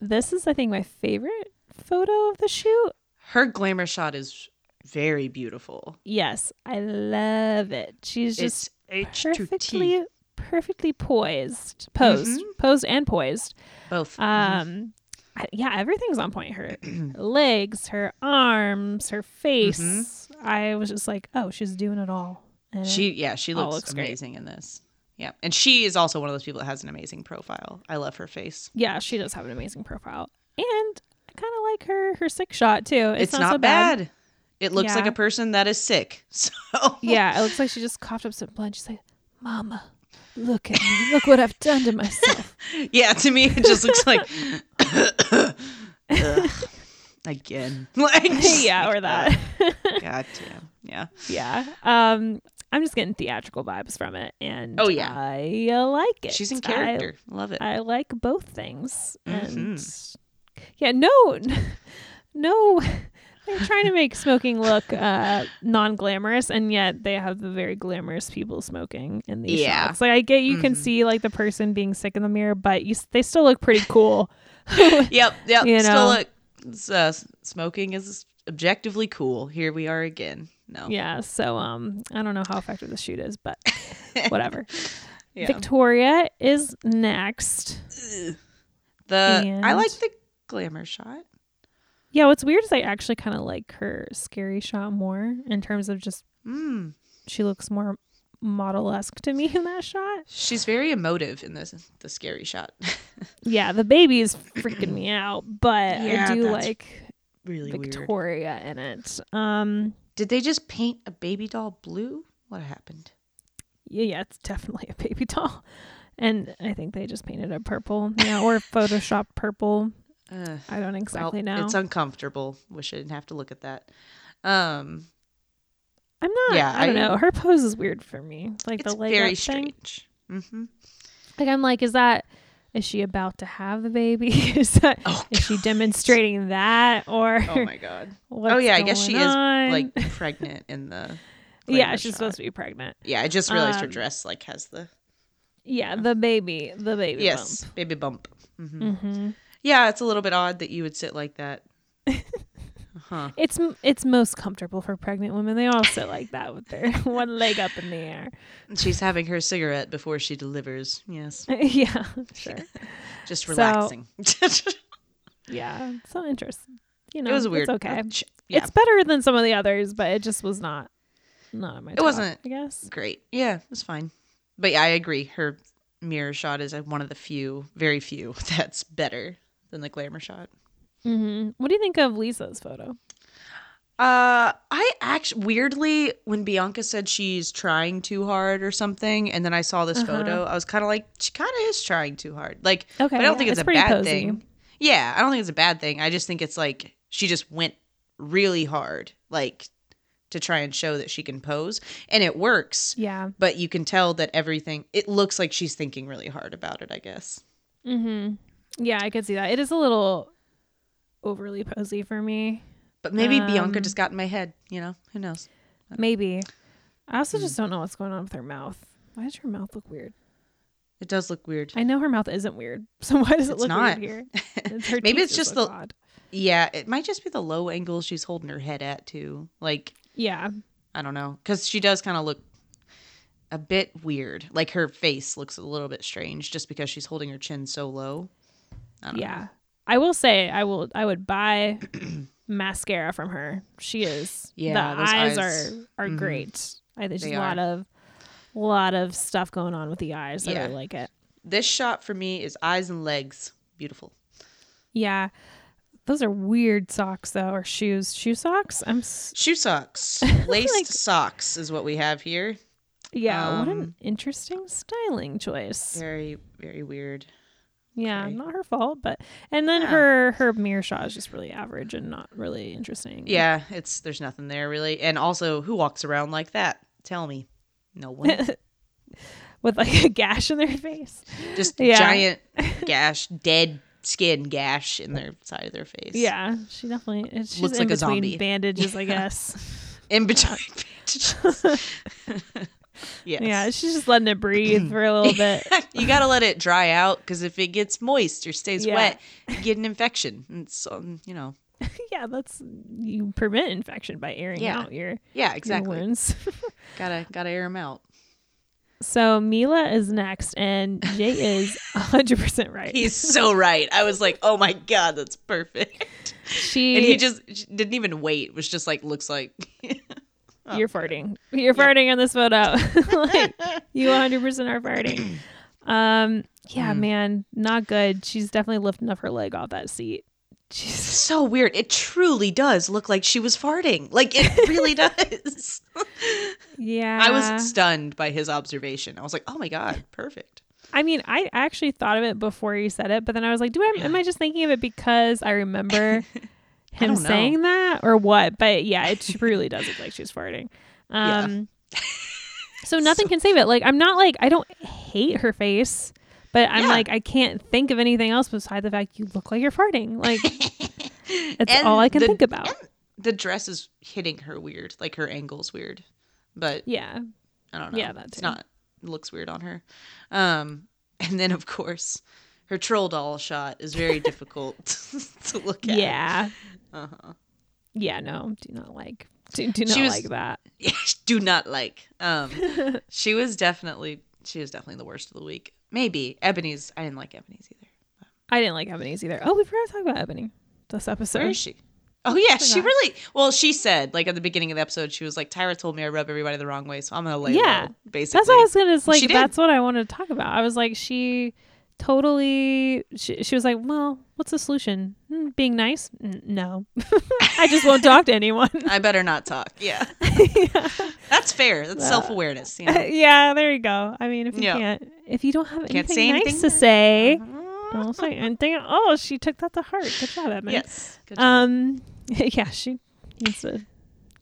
Speaker 1: this is I think my favorite photo of the shoot.
Speaker 2: her glamour shot is very beautiful.
Speaker 1: Yes, I love it. She's just
Speaker 2: It's H to T Mm-hmm.
Speaker 1: perfectly perfectly poised, posed, posed and poised.
Speaker 2: both.
Speaker 1: Um I- yeah, everything's on point. Her legs, her arms, her face. I was just like, "Oh, she's doing it all." And
Speaker 2: Mm-hmm. She yeah, she
Speaker 1: all
Speaker 2: looks,
Speaker 1: Oh, looks great.
Speaker 2: amazing in this. Yeah. And she is also one of those people that has an amazing profile. I love her face.
Speaker 1: yeah, she does have an amazing profile. And I like her her sick shot too. It's,
Speaker 2: It's, not,
Speaker 1: so
Speaker 2: bad. It looks like
Speaker 1: Yeah.
Speaker 2: a person that is sick. So
Speaker 1: Yeah, it looks like she just coughed up some blood. She's like, "Mama, look at me. Look what I've done to myself."
Speaker 2: yeah, to me it just looks like Ugh. again. Like just
Speaker 1: yeah,
Speaker 2: like,
Speaker 1: or that.
Speaker 2: "Ugh, God damn. Yeah.
Speaker 1: yeah. Um, I'm just getting theatrical vibes from it, and
Speaker 2: Oh, yeah.
Speaker 1: I uh, like it.
Speaker 2: She's in
Speaker 1: I-
Speaker 2: character. Love it.
Speaker 1: I, like both things, and
Speaker 2: Mm-hmm.
Speaker 1: yeah, no, no. They're trying to make smoking look uh, non-glamorous, and yet they have the very glamorous people smoking in these
Speaker 2: Yeah. Mm-hmm.
Speaker 1: shots. Like I get, you can see like the person being sick in the mirror, but you, s- they still look pretty cool.
Speaker 2: yep, yep.
Speaker 1: You
Speaker 2: Still
Speaker 1: know.
Speaker 2: look it's, uh, smoking is objectively cool. Here we are again. No.
Speaker 1: yeah. So um, I don't know how effective the shoot is, but whatever.
Speaker 2: Yeah.
Speaker 1: Victoria is next.
Speaker 2: The I
Speaker 1: And-
Speaker 2: like the glamour shot.
Speaker 1: Yeah, what's weird is I actually kind of like her scary shot more in terms of just
Speaker 2: Mm.
Speaker 1: she looks more model esque to me in that shot.
Speaker 2: She's very emotive in this the scary shot.
Speaker 1: Yeah, the baby is freaking me out, but I
Speaker 2: Yeah,
Speaker 1: do
Speaker 2: that's
Speaker 1: like
Speaker 2: really weird.
Speaker 1: Victoria in it. Um,
Speaker 2: Did they just paint a baby doll blue? What happened?
Speaker 1: yeah, yeah, it's definitely a baby doll, and I think they just painted it purple, yeah, or Photoshop purple.
Speaker 2: Uh,
Speaker 1: I don't exactly know.
Speaker 2: It's uncomfortable. Wish I didn't have to look at that. Um,
Speaker 1: I'm not.
Speaker 2: yeah,
Speaker 1: I don't
Speaker 2: I-
Speaker 1: know. Her pose is weird for me. Like
Speaker 2: it's
Speaker 1: the leg
Speaker 2: very
Speaker 1: up thing.
Speaker 2: strange. hmm
Speaker 1: Like I'm like, is that is she about to have the baby? is that
Speaker 2: Oh,
Speaker 1: is she demonstrating that or
Speaker 2: Oh my god.
Speaker 1: what's
Speaker 2: oh yeah, I guess she
Speaker 1: going on?
Speaker 2: is like pregnant in the.
Speaker 1: yeah,
Speaker 2: glamour
Speaker 1: she's
Speaker 2: shot.
Speaker 1: supposed to be pregnant.
Speaker 2: Yeah, I just realized her
Speaker 1: Um,
Speaker 2: dress like has the
Speaker 1: Yeah, the baby, the baby.
Speaker 2: yes baby bump. hmm
Speaker 1: Bump. hmm
Speaker 2: Yeah, it's a little bit odd that you would sit like that. Uh-huh. huh.
Speaker 1: It's m- it's most comfortable for pregnant women. They all sit like that with their one leg up in the air.
Speaker 2: She's having her cigarette before she delivers. Yes,
Speaker 1: yeah, sure.
Speaker 2: just
Speaker 1: So-
Speaker 2: relaxing.
Speaker 1: Yeah, so interesting. You know,
Speaker 2: it was a weird.
Speaker 1: It's okay.
Speaker 2: uh, ch- yeah,
Speaker 1: It's better than some of the others, but it just was not not my.
Speaker 2: It wasn't-
Speaker 1: I guess.
Speaker 2: great. Yeah, it's fine. But yeah, I agree. Her mirror shot is uh, one of the few, very few, that's better than the glamour shot.
Speaker 1: hmm What do you think of Lisa's photo?
Speaker 2: Uh, I actually weirdly when Bianca said she's trying too hard or something, and then I saw
Speaker 1: Uh-huh.
Speaker 2: this photo, I was kind of like, she kind of is trying too hard. Like,
Speaker 1: Okay,
Speaker 2: but I don't
Speaker 1: yeah,
Speaker 2: think it's,
Speaker 1: it's
Speaker 2: a
Speaker 1: pretty
Speaker 2: bad
Speaker 1: posy.
Speaker 2: thing. Yeah, I don't think it's a bad thing. I just think it's like she just went really hard, like to try and show that she can pose, and it works.
Speaker 1: Yeah.
Speaker 2: But you can tell that everything. It looks like she's thinking really hard about it. I guess.
Speaker 1: hmm Yeah, I could see that. It is a little overly posy for me.
Speaker 2: But maybe Bianca
Speaker 1: Um,
Speaker 2: just got in my head. You know, who knows?
Speaker 1: Maybe. I
Speaker 2: Hmm.
Speaker 1: also just don't know what's going on with her mouth. Why does her mouth look weird?
Speaker 2: It does look weird.
Speaker 1: I know her mouth isn't weird, so why does it
Speaker 2: It's
Speaker 1: look
Speaker 2: not.
Speaker 1: weird here? It's her
Speaker 2: Maybe
Speaker 1: teeth
Speaker 2: it's just
Speaker 1: look
Speaker 2: the-
Speaker 1: odd.
Speaker 2: Yeah, it might just be the low angle she's holding her head at too. Like
Speaker 1: Yeah,
Speaker 2: I don't know, because she does kind of look a bit weird. Like her face looks a little bit strange just because she's holding her chin so low. I don't
Speaker 1: yeah. I will say, I will. I would buy mascara from her. She is.
Speaker 2: Yeah,
Speaker 1: the
Speaker 2: those
Speaker 1: eyes,
Speaker 2: eyes.
Speaker 1: are are
Speaker 2: Mhm.
Speaker 1: great. I think there's
Speaker 2: They
Speaker 1: a lot of lot of stuff going on with the eyes. I
Speaker 2: Yeah.
Speaker 1: really like it.
Speaker 2: This shot for me is eyes and legs. Beautiful.
Speaker 1: Yeah. Those are weird socks though, or shoes. Shoe socks? I'm s-
Speaker 2: Shoe socks, laced socks is what we have here.
Speaker 1: yeah. what an
Speaker 2: Um,
Speaker 1: interesting styling choice.
Speaker 2: Very, very weird.
Speaker 1: Yeah,
Speaker 2: okay.
Speaker 1: not her fault, but and then
Speaker 2: Yeah.
Speaker 1: her her mirror shot is just really average and not really interesting.
Speaker 2: Yeah, it's there's nothing there really. And also, who walks around like that? Tell me. No one.
Speaker 1: with like a gash in their face.
Speaker 2: Just
Speaker 1: Yeah.
Speaker 2: giant gash, dead skin gash in their side of their face.
Speaker 1: Yeah, she definitely it- she's
Speaker 2: Looks
Speaker 1: in
Speaker 2: like a
Speaker 1: between
Speaker 2: zombie.
Speaker 1: bandages, I guess.
Speaker 2: in between bandages. yes.
Speaker 1: Yeah, she's just letting it breathe for a little bit.
Speaker 2: you got to let it dry out because if it gets moist or stays
Speaker 1: Yeah.
Speaker 2: wet, you get an infection. And It's um, you know,
Speaker 1: yeah, that's you prevent infection by airing
Speaker 2: Yeah,
Speaker 1: out your,
Speaker 2: yeah,
Speaker 1: your
Speaker 2: exactly.
Speaker 1: wounds.
Speaker 2: Gotta gotta air them out.
Speaker 1: So Mila is next, and Jay is 100% right.
Speaker 2: He's so right. I was like, oh my god, that's perfect.
Speaker 1: she,
Speaker 2: And he just j- didn't even wait. Was just like, looks like. Oh,
Speaker 1: you're farting. You're farting on this photo. like, you 100% are farting.
Speaker 2: Hmm.
Speaker 1: Um, yeah, man, not good. She's definitely lifting up her leg off that seat Jesus.
Speaker 2: So weird. It truly does look like she was farting. Like it really does.
Speaker 1: Yeah.
Speaker 2: I was stunned by his observation. I was like, "Oh my god, perfect."
Speaker 1: I mean, I actually thought of it before you said it, but then I was like, do I am I just thinking of it because I remember him
Speaker 2: don't know.
Speaker 1: saying that or what? But yeah, it truly does look like she's farting.
Speaker 2: Yeah.
Speaker 1: Um So nothing can save it. Like I'm not like I don't hate her face, but I'm
Speaker 2: Yeah.
Speaker 1: like I can't think of anything else besides the fact you look like you're farting. Like that's all I can
Speaker 2: the-
Speaker 1: think about.
Speaker 2: and the dress is hitting her weird. Like her angle's weird. But
Speaker 1: yeah.
Speaker 2: I don't know.
Speaker 1: Yeah, that
Speaker 2: It's
Speaker 1: too.
Speaker 2: not it looks weird on her. Um, and then of course, her troll doll shot is very difficult to look at.
Speaker 1: Yeah.
Speaker 2: Uh-huh.
Speaker 1: Yeah, no. Do not like do, do not
Speaker 2: She was-
Speaker 1: like that.
Speaker 2: Do not like. Um, she was definitely she was definitely the worst of the week. Maybe Ebony's. I didn't like Ebony's either.
Speaker 1: I didn't like Ebony's either. Oh, we forgot to talk about Ebony this episode.
Speaker 2: Where is she? Oh yeah, she
Speaker 1: forgot.
Speaker 2: really. Well, she said like at the beginning of the episode, she was like, "Tyra told me I rub everybody the wrong way, so I'm gonna lay
Speaker 1: Yeah.
Speaker 2: low." Basically,
Speaker 1: That's what I was gonna. It's
Speaker 2: Well, she
Speaker 1: like
Speaker 2: did.
Speaker 1: that's what I wanted to talk about. I was like, she totally. She, she was like, well, what's the solution? Hmm, being nice? N- no, I just won't talk to anyone.
Speaker 2: I better not talk. Yeah,
Speaker 1: yeah.
Speaker 2: that's fair. That's self awareness. You know?
Speaker 1: Yeah, there you go. I mean, if you
Speaker 2: Yeah.
Speaker 1: can't, if you don't have anything
Speaker 2: Can't say
Speaker 1: nice
Speaker 2: anything
Speaker 1: to
Speaker 2: nice.
Speaker 1: say,
Speaker 2: Mm-hmm.
Speaker 1: don't say anything. Oh, she took that to heart. Good job, Edmund.
Speaker 2: Yes. Good job.
Speaker 1: Um. Yeah, she needs to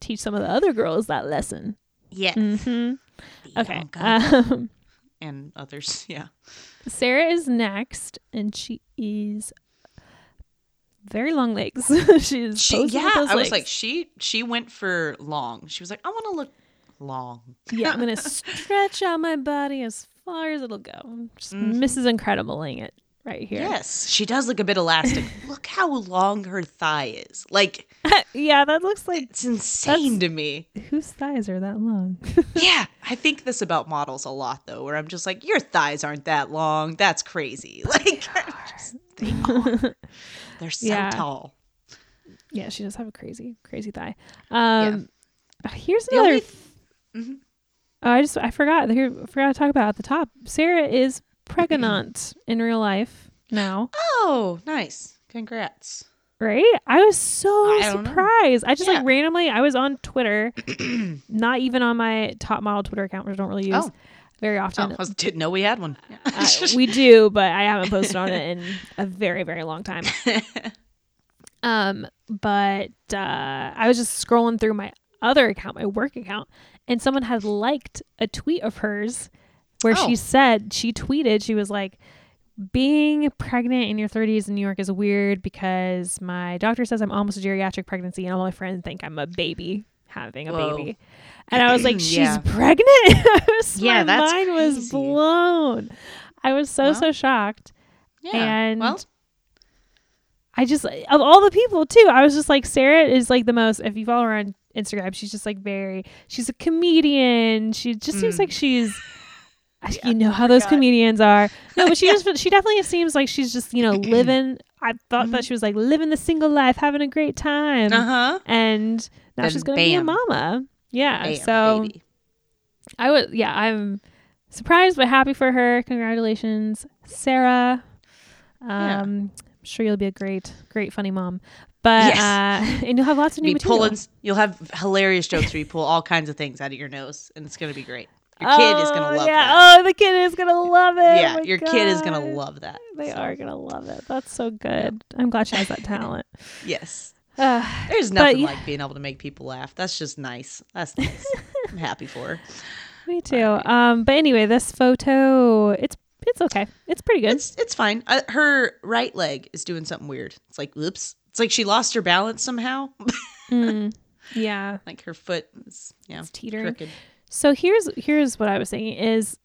Speaker 1: teach some of the other girls that lesson.
Speaker 2: yes.
Speaker 1: hmm Okay.
Speaker 2: Bianca
Speaker 1: Um.
Speaker 2: mm, Uh, and others. Yeah.
Speaker 1: Sarah is next, and she is very long legs. She's
Speaker 2: She,
Speaker 1: posing
Speaker 2: yeah.
Speaker 1: with those
Speaker 2: I was
Speaker 1: legs.
Speaker 2: like, she she went for long. She was like, I want to look long.
Speaker 1: yeah, I'm gonna stretch out my body as far as it'll go. I'm Just
Speaker 2: Mhm.
Speaker 1: Mrs. Incredibleing it right here.
Speaker 2: Yes, she does look a bit elastic. look how long her thigh is. Like
Speaker 1: yeah, that looks like
Speaker 2: it's insane to me.
Speaker 1: whose thighs are that long?
Speaker 2: yeah, I think this about models a lot though, where I'm just like, your thighs aren't that long. That's crazy. Like they're so
Speaker 1: Yeah.
Speaker 2: tall.
Speaker 1: yeah, she does have a crazy, crazy thigh. Um, here's
Speaker 2: The
Speaker 1: another.
Speaker 2: only- Mhm.
Speaker 1: oh, I just I forgot. Here, forgot to talk about at the top. Sarah is pregnant in real life now.
Speaker 2: Oh, nice. Congrats.
Speaker 1: Right? I was so
Speaker 2: I don't know.
Speaker 1: surprised. I just
Speaker 2: Yeah.
Speaker 1: like randomly, I was on Twitter, not even on my top model Twitter account, which I don't really use
Speaker 2: Oh.
Speaker 1: very
Speaker 2: Oh,
Speaker 1: often.
Speaker 2: I was- didn't know we had one.
Speaker 1: Uh, we do, but I haven't posted on it in a very, very long time. Um, but uh, I was just scrolling through my other account, my work account, and someone had liked a tweet of hers where
Speaker 2: Oh.
Speaker 1: she said she tweeted she was like, "Being pregnant in your 30s in New York is weird because my doctor says I'm almost a geriatric pregnancy, and all my friends think I'm a baby." Having a
Speaker 2: Whoa.
Speaker 1: baby, and I was like, "She's
Speaker 2: Yeah.
Speaker 1: pregnant!" I was- my
Speaker 2: Yeah, that's
Speaker 1: mind was
Speaker 2: crazy.
Speaker 1: blown. I was so
Speaker 2: Well.
Speaker 1: so shocked.
Speaker 2: Yeah.
Speaker 1: And-
Speaker 2: well,
Speaker 1: I just of all the people too, I was just like Sarah is like the most. If you follow her on Instagram, she's just like very. She's a comedian. She just seems
Speaker 2: Mm.
Speaker 1: like she's.
Speaker 2: Yeah,
Speaker 1: you know how those
Speaker 2: forgot.
Speaker 1: comedians are. No, but she just she definitely seems like she's just you know living. I thought that she was like living the single life, having a great time,
Speaker 2: Mm-hmm. uh-huh.
Speaker 1: and now
Speaker 2: Then
Speaker 1: she's gonna be a
Speaker 2: bam.
Speaker 1: mama. Yeah,
Speaker 2: Bam,
Speaker 1: so
Speaker 2: baby.
Speaker 1: I was yeah I'm surprised but happy for her. Congratulations, Sarah. Um,
Speaker 2: Yeah.
Speaker 1: I'm sure you'll be a great, great funny mom. But
Speaker 2: Yes.
Speaker 1: uh, and you'll have lots of new
Speaker 2: be
Speaker 1: material.
Speaker 2: pulling you'll have hilarious jokes where you pull all kinds of things out of your nose and it's gonna be great. Your kid is gonna
Speaker 1: Oh,
Speaker 2: love
Speaker 1: yeah.
Speaker 2: that.
Speaker 1: Oh, the kid is gonna love it. Oh
Speaker 2: yeah,
Speaker 1: my
Speaker 2: your kid is gonna
Speaker 1: God.
Speaker 2: love that.
Speaker 1: They
Speaker 2: So,
Speaker 1: are gonna love it. That's so good. I'm glad she has that talent.
Speaker 2: Yes.
Speaker 1: Uh,
Speaker 2: There's
Speaker 1: But
Speaker 2: nothing
Speaker 1: yeah.
Speaker 2: like being able to make people laugh. That's just nice. That's nice. I'm happy for her.
Speaker 1: me too. Um, but anyway, this photo, it's it's okay. It's pretty good.
Speaker 2: It's it's fine. Uh, her right leg is doing something weird. It's like whoops. It's like she lost her balance somehow.
Speaker 1: Mm, yeah,
Speaker 2: like her foot is yeah
Speaker 1: it's teetering.
Speaker 2: crooked.
Speaker 1: So here's here's what I was thinking is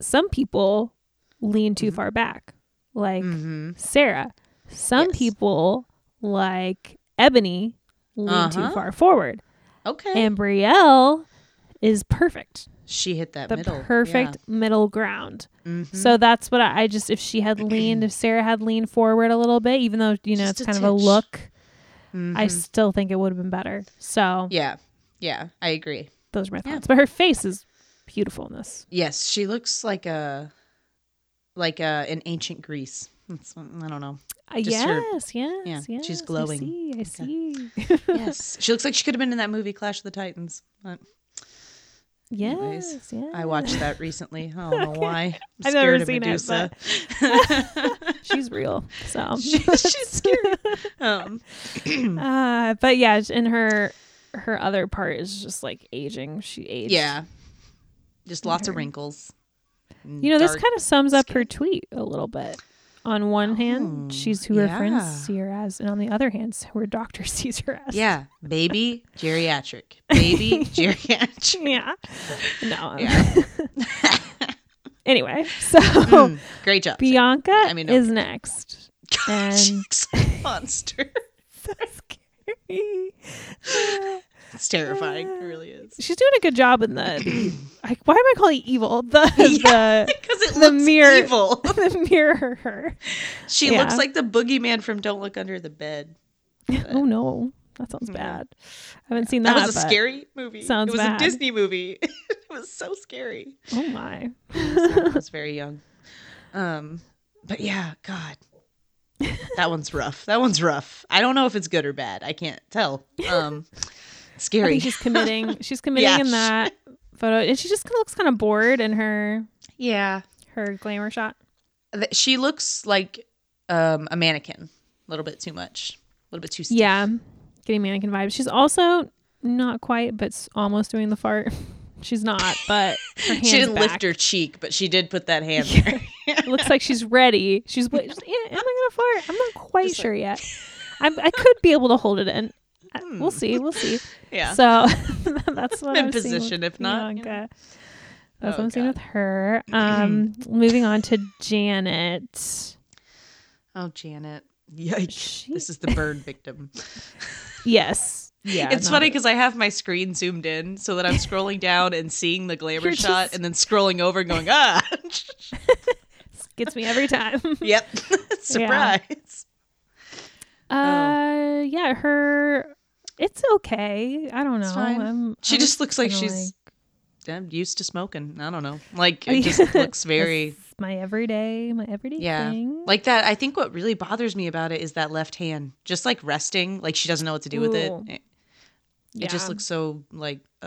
Speaker 1: some people lean too far back, like
Speaker 2: Mm-hmm.
Speaker 1: Sarah. Some
Speaker 2: Yes.
Speaker 1: people like Ebony lean too
Speaker 2: Uh-huh. Eh.
Speaker 1: far forward.
Speaker 2: Okay.
Speaker 1: And Brielle is perfect.
Speaker 2: she hit that
Speaker 1: The
Speaker 2: middle.
Speaker 1: perfect middle ground.
Speaker 2: Yeah. Mhm.
Speaker 1: So that's what I, I just if she had leaned, if Sarah had leaned forward a little bit, even though you know it's
Speaker 2: Just a
Speaker 1: kind of a
Speaker 2: titch.
Speaker 1: look, I
Speaker 2: Mhm.
Speaker 1: still think it would have been better. So
Speaker 2: yeah. Yeah, I agree.
Speaker 1: those are my
Speaker 2: Yeah.
Speaker 1: thoughts. But her face is beautiful in this.
Speaker 2: Yes, she looks like a like a in ancient Greece. It's, I don't know.
Speaker 1: Uh,
Speaker 2: Just
Speaker 1: yes,
Speaker 2: her-
Speaker 1: yes,
Speaker 2: yeah,
Speaker 1: yes.
Speaker 2: she's glowing.
Speaker 1: I see. I see.
Speaker 2: Yes, she looks like she could have been in that movie Clash of the Titans. But
Speaker 1: yes,
Speaker 2: Anyways,
Speaker 1: yes.
Speaker 2: I watched that recently. I don't know why. I'm
Speaker 1: I've never
Speaker 2: scared of
Speaker 1: seen it,
Speaker 2: Medusa.
Speaker 1: She's real. So
Speaker 2: she's scary. Um,
Speaker 1: Uh, but yeah, and her her other part is just like aging. She aged.
Speaker 2: yeah, just lots of wrinkles. and
Speaker 1: You know, this
Speaker 2: dark-
Speaker 1: kind of sums up her tweet a little bit. On one hand,
Speaker 2: Oh,
Speaker 1: she's who her
Speaker 2: yeah.
Speaker 1: friends see her as, and on the other hand, where doctor sees her as.
Speaker 2: yeah, baby geriatric, baby geriatric.
Speaker 1: Yeah. No. um,
Speaker 2: Yeah.
Speaker 1: Anyway, so
Speaker 2: Mm, great job.
Speaker 1: Bianca
Speaker 2: I mean,
Speaker 1: is
Speaker 2: okay.
Speaker 1: next.
Speaker 2: God,
Speaker 1: and-
Speaker 2: she's a monster. It's terrifying. It really is.
Speaker 1: She's doing a good job in the. the I, why am I calling it evil? The the
Speaker 2: Because it
Speaker 1: The
Speaker 2: looks
Speaker 1: mirror.
Speaker 2: evil.
Speaker 1: the mirror.
Speaker 2: She
Speaker 1: Yeah.
Speaker 2: looks like the boogeyman from Don't Look Under the Bed.
Speaker 1: Oh no, that sounds bad. I haven't seen that.
Speaker 2: That was a
Speaker 1: but-
Speaker 2: scary movie.
Speaker 1: sounds
Speaker 2: it was
Speaker 1: bad.
Speaker 2: a Disney movie. it was so scary.
Speaker 1: Oh my.
Speaker 2: I was very young. Um, but yeah, God, that one's rough. That one's rough. I don't know if it's good or bad. I can't tell. Um,
Speaker 1: I
Speaker 2: scary.
Speaker 1: think she's committing. She's committing
Speaker 2: Yeah.
Speaker 1: in that photo, and she just kind of looks kind of bored in her
Speaker 2: yeah,
Speaker 1: her glamour shot.
Speaker 2: Th- she looks like um, a mannequin. A little bit too much. A little bit too. Stiff.
Speaker 1: Yeah, getting mannequin vibes. She's also not quite, but s- almost doing the fart. She's not, but her hand's
Speaker 2: She didn't
Speaker 1: back.
Speaker 2: lift her cheek, but she did put that hand there.
Speaker 1: It looks like she's ready. She's. wa- she's yeah, am I gonna fart? I'm not quite
Speaker 2: Just like- Hmm.
Speaker 1: sure yet. I'm, I could be able to hold it in. I- We'll see. We'll see.
Speaker 2: yeah.
Speaker 1: So that's what I'm seeing
Speaker 2: In
Speaker 1: with
Speaker 2: position, if not, you know.
Speaker 1: Bianca. That's
Speaker 2: Oh,
Speaker 1: what I'm seeing
Speaker 2: God.
Speaker 1: with her. Um, moving on to Janet.
Speaker 2: oh, Janet. Yikes.
Speaker 1: She-
Speaker 2: This is the bird victim.
Speaker 1: Yes. Yeah.
Speaker 2: it's
Speaker 1: not
Speaker 2: funny because I have my screen zoomed in so that I'm scrolling down and seeing the glamour
Speaker 1: You're
Speaker 2: shot
Speaker 1: just-
Speaker 2: and then scrolling over and going, ah,
Speaker 1: it Gets me every time.
Speaker 2: yep, surprise. Oh.
Speaker 1: Uh, yeah. Her. It's okay. I don't know.
Speaker 2: fine.
Speaker 1: I'm-
Speaker 2: She
Speaker 1: I'm
Speaker 2: just looks like
Speaker 1: kinda
Speaker 2: she's I'm used to smoking. I don't know. Like,
Speaker 1: Yeah.
Speaker 2: it just looks very,
Speaker 1: It's my everyday, my everyday
Speaker 2: yeah,
Speaker 1: thing.
Speaker 2: like that. I think what really bothers me about it is that left hand, just like resting, like she doesn't know what to do with it.
Speaker 1: Ooh.
Speaker 2: It, it just looks so like, uh,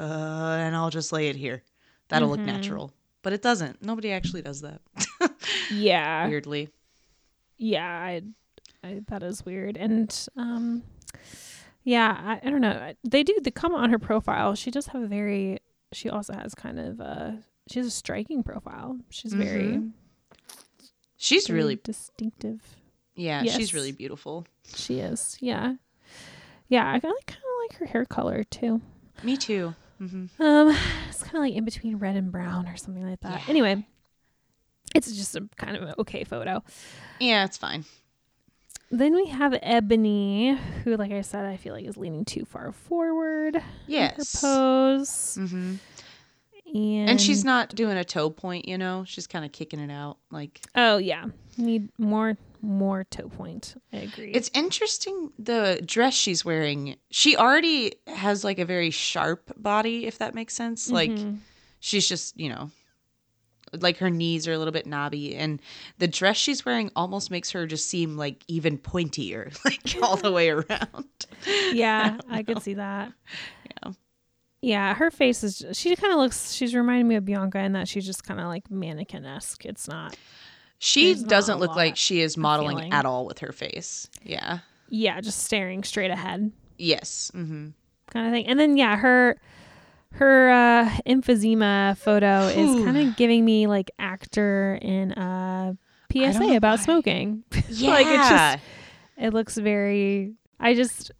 Speaker 2: and I'll just lay it here. That'll
Speaker 1: Mm-hmm.
Speaker 2: look natural. But it doesn't. Nobody actually does that.
Speaker 1: Yeah.
Speaker 2: Weirdly.
Speaker 1: yeah I, I that is weird and um yeah I, I don't know I- they do the comment on her profile she does have a very she also has kind of a she has a striking profile she's very,
Speaker 2: Mhm. She's
Speaker 1: very
Speaker 2: really
Speaker 1: distinctive
Speaker 2: Yeah,
Speaker 1: Yes.
Speaker 2: she's really beautiful.
Speaker 1: she is yeah yeah I kind of like her hair color too
Speaker 2: Me too. hmm
Speaker 1: um it's kind of like in between red and brown or something like that
Speaker 2: Yeah.
Speaker 1: anyway it's just a kind of an okay photo
Speaker 2: Yeah, it's fine.
Speaker 1: then we have ebony who like i said i feel like is leaning too far forward
Speaker 2: Yes.
Speaker 1: her pose.
Speaker 2: hmm
Speaker 1: And,
Speaker 2: And she's not doing a toe point, you know. She's kind of kicking it out. Like
Speaker 1: Oh yeah, need more more toe point. I agree.
Speaker 2: it's interesting the dress she's wearing. She already has like a very sharp body, if that makes sense. Like
Speaker 1: Mhm.
Speaker 2: she's just, you know, like her knees are a little bit knobby, and the dress she's wearing almost makes her just seem like even pointier, like all the way around.
Speaker 1: yeah, I, could see that.
Speaker 2: Yeah.
Speaker 1: Yeah, her face is. She kind of looks. She's reminding me of Bianca in that she's just kind of like mannequin esque. It's not.
Speaker 2: She
Speaker 1: There's not
Speaker 2: doesn't
Speaker 1: a
Speaker 2: look like
Speaker 1: lot
Speaker 2: she is modeling
Speaker 1: feeling.
Speaker 2: at all with her face. Yeah.
Speaker 1: Yeah, just staring straight ahead
Speaker 2: Yes. hmm
Speaker 1: kind of thing. And then yeah, her her uh emphysema photo is
Speaker 2: Whew.
Speaker 1: kind of giving me like actor in uh, a
Speaker 2: know
Speaker 1: PSA about
Speaker 2: why.
Speaker 1: smoking.
Speaker 2: Yeah.
Speaker 1: Like, it's just- It looks very. I just.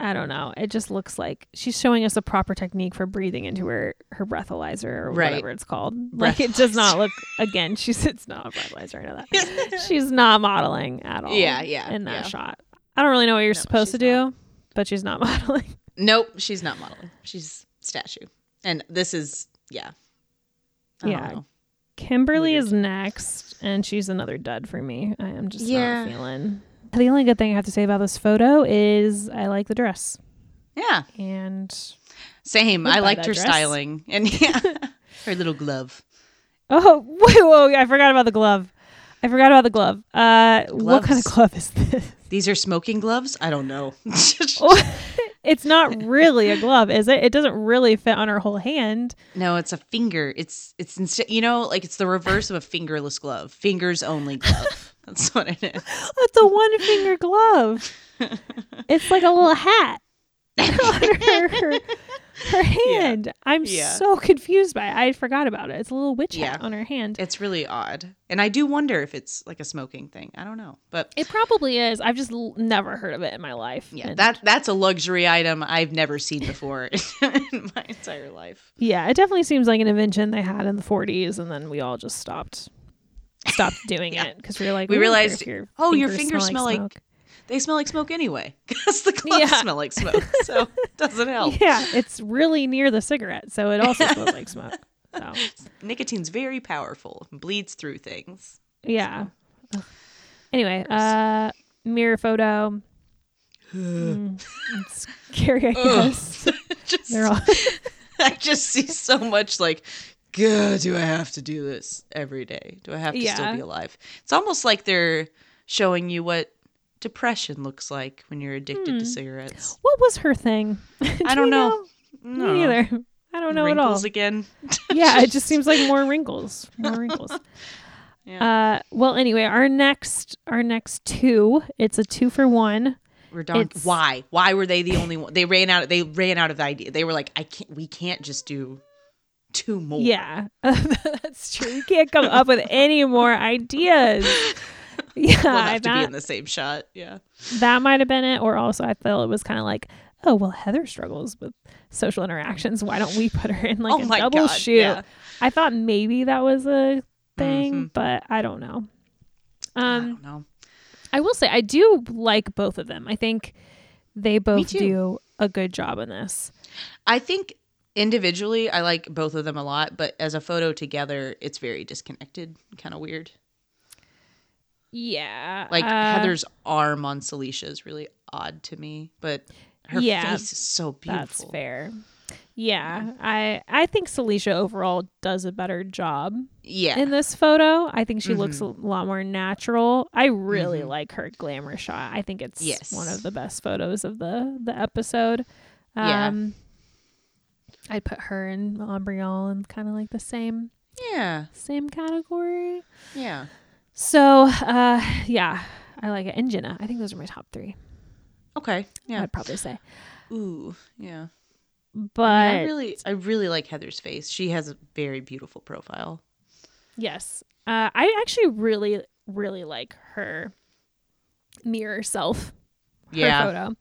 Speaker 1: I don't know. It just looks like she's showing us a proper technique for breathing into her her breathalyzer or
Speaker 2: Right.
Speaker 1: whatever it's called. Like it does not look. Again, she's it's not a breathalyzer. I know that. she's not modeling at all.
Speaker 2: Yeah, yeah,
Speaker 1: In that
Speaker 2: yeah.
Speaker 1: shot, I don't really know what you're
Speaker 2: No,
Speaker 1: supposed to
Speaker 2: she's
Speaker 1: do, but she's not modeling.
Speaker 2: nope, she's not modeling. She's statue. And this is yeah. I
Speaker 1: Yeah.
Speaker 2: Don't know.
Speaker 1: Kimberly is next, and she's another dud for me. I am just
Speaker 2: Yeah.
Speaker 1: not feeling. The only good thing I have to say about this photo is I like the dress
Speaker 2: Yeah.
Speaker 1: and
Speaker 2: Same.
Speaker 1: Would
Speaker 2: I
Speaker 1: buy
Speaker 2: liked
Speaker 1: that
Speaker 2: her
Speaker 1: dress.
Speaker 2: styling and yeah, her little glove.
Speaker 1: Oh, whoa, whoa, I forgot about the glove. I forgot about the glove. Uh, what kind of
Speaker 2: Gloves.
Speaker 1: glove is this?
Speaker 2: These are smoking gloves? I don't know.
Speaker 1: Oh. it's not really a glove, is it? It doesn't really fit on her whole hand.
Speaker 2: no, it's a finger. It's it's instead you know, like it's the reverse of a fingerless glove. Fingers only glove. That's what it is.
Speaker 1: That's Oh, a one finger glove. It's like a little hat on her, her, her hand. I'm
Speaker 2: Yeah.
Speaker 1: so confused by it. I forgot about it. It's a little witch hat
Speaker 2: Yeah.
Speaker 1: on her hand.
Speaker 2: It's really odd. And I do wonder if it's like a smoking thing. I don't know. But
Speaker 1: It probably is. I've just l- never heard of it in my life.
Speaker 2: yeah,
Speaker 1: And-
Speaker 2: that that's a luxury item I've never seen before in my entire life.
Speaker 1: Yeah, it definitely seems like an invention they had in the 40s, and then we all just stopped stopped doing it because we were like,
Speaker 2: We
Speaker 1: "We don't care
Speaker 2: realized,
Speaker 1: if your
Speaker 2: oh, your fingers smell like
Speaker 1: smoke."
Speaker 2: They smell like smoke anyway because the gloves
Speaker 1: Yeah.
Speaker 2: smell like smoke. So it doesn't help.
Speaker 1: yeah, it's really near the cigarette, so it also smells like smoke. So
Speaker 2: Nicotine's very powerful and bleeds through things.
Speaker 1: yeah. Ugh. Anyway, uh, mirror photo. Mm, it's scary, I guess.
Speaker 2: Just
Speaker 1: They're all
Speaker 2: I just see so much like, God, do I have to do this every day? Do I have to
Speaker 1: Yeah.
Speaker 2: still be alive? It's almost like they're showing you what depression looks like when you're addicted to cigarettes.
Speaker 1: what was her thing? Do
Speaker 2: I
Speaker 1: Hmm.
Speaker 2: don't
Speaker 1: we
Speaker 2: know.
Speaker 1: know? Me neither. I don't know at all.
Speaker 2: Wrinkles again.
Speaker 1: yeah, it just seems like more wrinkles, more wrinkles. Uh, well, anyway, our next, our next two, it's a two for one.
Speaker 2: We're done.
Speaker 1: It's-
Speaker 2: Why? Why were they the only one? They ran out. They ran out of the idea. They were like, I can't. We can't just do two more.
Speaker 1: Yeah, that's true. We can't come up with any more ideas. Yeah,
Speaker 2: we'll have to be
Speaker 1: that,
Speaker 2: in the same shot. Yeah.
Speaker 1: that might have been it. Or also, I feel it was kind of like, oh well, Heather struggles with social interactions. Why don't we put her in like
Speaker 2: Oh
Speaker 1: a
Speaker 2: my
Speaker 1: double
Speaker 2: God,
Speaker 1: shoot?
Speaker 2: yeah. Mm-hmm.
Speaker 1: I thought maybe that was a thing, but I don't know.
Speaker 2: I
Speaker 1: Um,
Speaker 2: don't know.
Speaker 1: I will say I do like both of them. I think they both
Speaker 2: too.
Speaker 1: do a good job in this.
Speaker 2: I think individually, I like both of them a lot, but as a photo together, it's very disconnected, kind of weird.
Speaker 1: Yeah.
Speaker 2: Like
Speaker 1: uh,
Speaker 2: Heather's arm on Celicia is really odd to me, but her
Speaker 1: Yeah,
Speaker 2: face is so beautiful.
Speaker 1: That's fair. Yeah. I I think Celicia overall does a better job
Speaker 2: Yeah, Mm-hmm.
Speaker 1: in this photo. I think she looks a lot more natural. I really like her glamour shot. I think it's
Speaker 2: Yes.
Speaker 1: one of the best photos of the the episode.
Speaker 2: Yeah.
Speaker 1: Um I'd put her and Ambrielle in kind of like the same
Speaker 2: yeah,
Speaker 1: same category.
Speaker 2: yeah.
Speaker 1: So, uh, yeah, I like it. And Jenna, I think those are my top three.
Speaker 2: Okay, yeah.
Speaker 1: I'd probably say,
Speaker 2: Ooh, yeah. I
Speaker 1: but
Speaker 2: really, I really like Heather's face. She has a very beautiful profile.
Speaker 1: yes, uh, I actually really, really like her mirror self. Her
Speaker 2: Yeah.
Speaker 1: photo.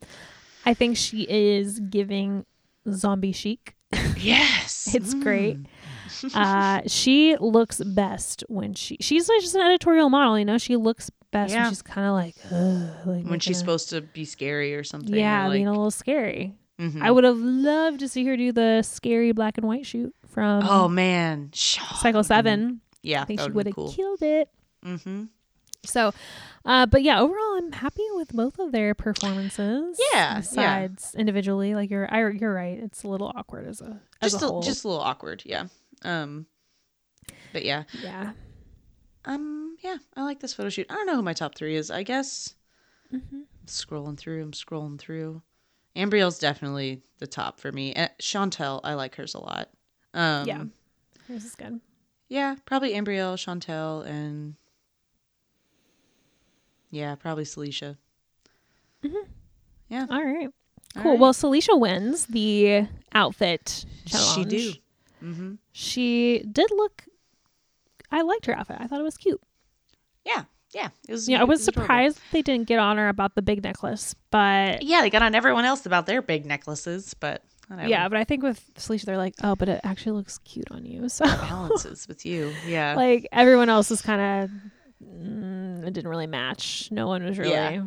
Speaker 1: I think she is giving zombie chic.
Speaker 2: Yes. Mm-hmm.
Speaker 1: It's great. Uh, she looks best when she she's like just an editorial model. You know, she looks best
Speaker 2: Yeah.
Speaker 1: when she's kind of like, ugh, like
Speaker 2: when she's
Speaker 1: making
Speaker 2: supposed to be scary or something.
Speaker 1: a-
Speaker 2: or
Speaker 1: yeah, being a
Speaker 2: like-
Speaker 1: little scary.
Speaker 2: Mhm.
Speaker 1: I would have loved to see her do the scary black and white shoot from
Speaker 2: oh man.
Speaker 1: Cycle Seven.
Speaker 2: Yeah,
Speaker 1: I think
Speaker 2: that
Speaker 1: she
Speaker 2: would've
Speaker 1: would
Speaker 2: been
Speaker 1: have
Speaker 2: cool.
Speaker 1: killed it.
Speaker 2: Mm-hmm.
Speaker 1: So, uh, but yeah, overall, I'm happy with both of their performances.
Speaker 2: Yeah, yeah.
Speaker 1: Besides individually, like you're, I, you're right. It's a little awkward as a as
Speaker 2: just
Speaker 1: a
Speaker 2: a,
Speaker 1: whole.
Speaker 2: just a little awkward yeah um but yeah
Speaker 1: yeah.
Speaker 2: um yeah i like this photo shoot i don't know who my top three is i guess
Speaker 1: Mm-hmm.
Speaker 2: scrolling through i'm scrolling through ambriel's definitely the top for me and chantel i like hers a lot um
Speaker 1: Yeah. Hers is good.
Speaker 2: yeah probably ambriel chantel and yeah probably Celicia. yeah
Speaker 1: All right.
Speaker 2: All
Speaker 1: Cool.
Speaker 2: right.
Speaker 1: Well, Celicia wins the outfit challenge.
Speaker 2: she do Mm-hmm.
Speaker 1: She did look. I liked her outfit. I thought it was cute.
Speaker 2: yeah yeah it was
Speaker 1: Yeah, I
Speaker 2: it
Speaker 1: was
Speaker 2: adorable.
Speaker 1: surprised they didn't get on her about the big necklace, but
Speaker 2: yeah they got on everyone else about their big necklaces but whatever.
Speaker 1: yeah, but I think with Felicia, they're like, oh, but it actually looks cute on you. So
Speaker 2: balances with you. Yeah.
Speaker 1: like everyone else is kind of, mm, it didn't really match. No one was really,
Speaker 2: Yeah.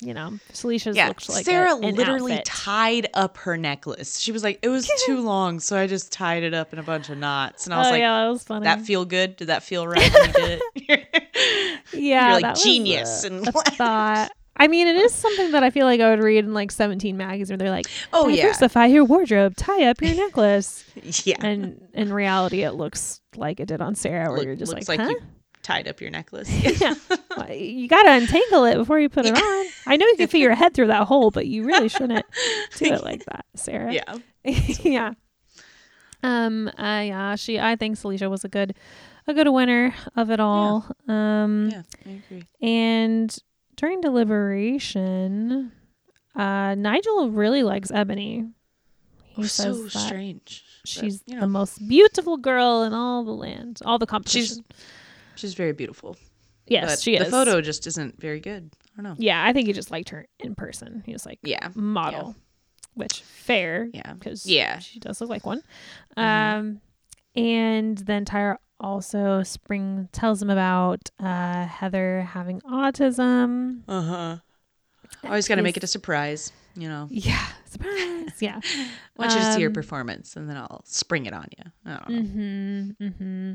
Speaker 1: you know, Felicia's
Speaker 2: yeah.
Speaker 1: looked like
Speaker 2: Sarah
Speaker 1: a- an
Speaker 2: literally
Speaker 1: outfit.
Speaker 2: tied up her necklace. She was like, it was too long, so I just tied it up in a bunch of knots. And I was
Speaker 1: oh
Speaker 2: like,
Speaker 1: yeah, that was funny.
Speaker 2: that feel good? Did that feel right when you did it?
Speaker 1: yeah,
Speaker 2: like,
Speaker 1: that was
Speaker 2: "Genius,"
Speaker 1: a-
Speaker 2: and
Speaker 1: a
Speaker 2: what?
Speaker 1: thought. I mean, it is something that I feel like I would read in like 17 magazines where they're like,
Speaker 2: Oh, yeah.
Speaker 1: diversify your wardrobe, tie up your necklace.
Speaker 2: yeah.
Speaker 1: and in reality, it looks like it did on Sarah, where
Speaker 2: Look-
Speaker 1: you're just like,
Speaker 2: looks
Speaker 1: huh?
Speaker 2: you tied up your necklace.
Speaker 1: yeah. Well, you got to untangle it before you put it on. I know you can fit your head through that hole, but you really shouldn't do it like that, Sarah.
Speaker 2: yeah.
Speaker 1: yeah. Um. Uh, yeah. She. I think Celicia was a good, a good winner of it all. Um.
Speaker 2: Yeah, I agree.
Speaker 1: And during deliberation, uh, Nigel really likes Ebony. He
Speaker 2: Oh,
Speaker 1: says
Speaker 2: so
Speaker 1: that
Speaker 2: strange. but,
Speaker 1: she's
Speaker 2: you
Speaker 1: the
Speaker 2: know,
Speaker 1: most beautiful girl in all the land, all the competition.
Speaker 2: she's she's very beautiful.
Speaker 1: yes,
Speaker 2: but
Speaker 1: she is.
Speaker 2: The photo just isn't very good. I don't know.
Speaker 1: Yeah, I think he just liked her in person. He was like
Speaker 2: Yeah.
Speaker 1: model, which fair.
Speaker 2: Yeah.
Speaker 1: because
Speaker 2: Yeah. Mm-hmm.
Speaker 1: she does look like one. Um, and then Tyra also spring tells him about uh, Heather having autism.
Speaker 2: Uh huh. Always got to make it a surprise, you know.
Speaker 1: Yeah, surprise. yeah.
Speaker 2: I want you to see
Speaker 1: Um,
Speaker 2: your performance, and then I'll spring it on you. I don't know.
Speaker 1: hmm hmm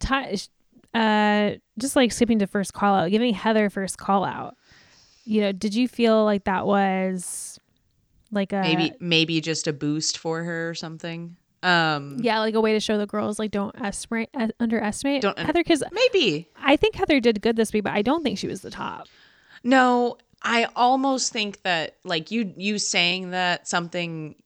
Speaker 1: Ty, sh- uh, just like skipping to first call out, giving Heather first call out. You know, did you feel like that was like a
Speaker 2: Maybe maybe just a boost for her or something. Um,
Speaker 1: yeah, like a way to show the girls like don't estimate uh, underestimate
Speaker 2: Don't un-
Speaker 1: Heather because
Speaker 2: maybe.
Speaker 1: I think Heather did good this week, but I don't think she was the top.
Speaker 2: No, I almost think that like you you saying that something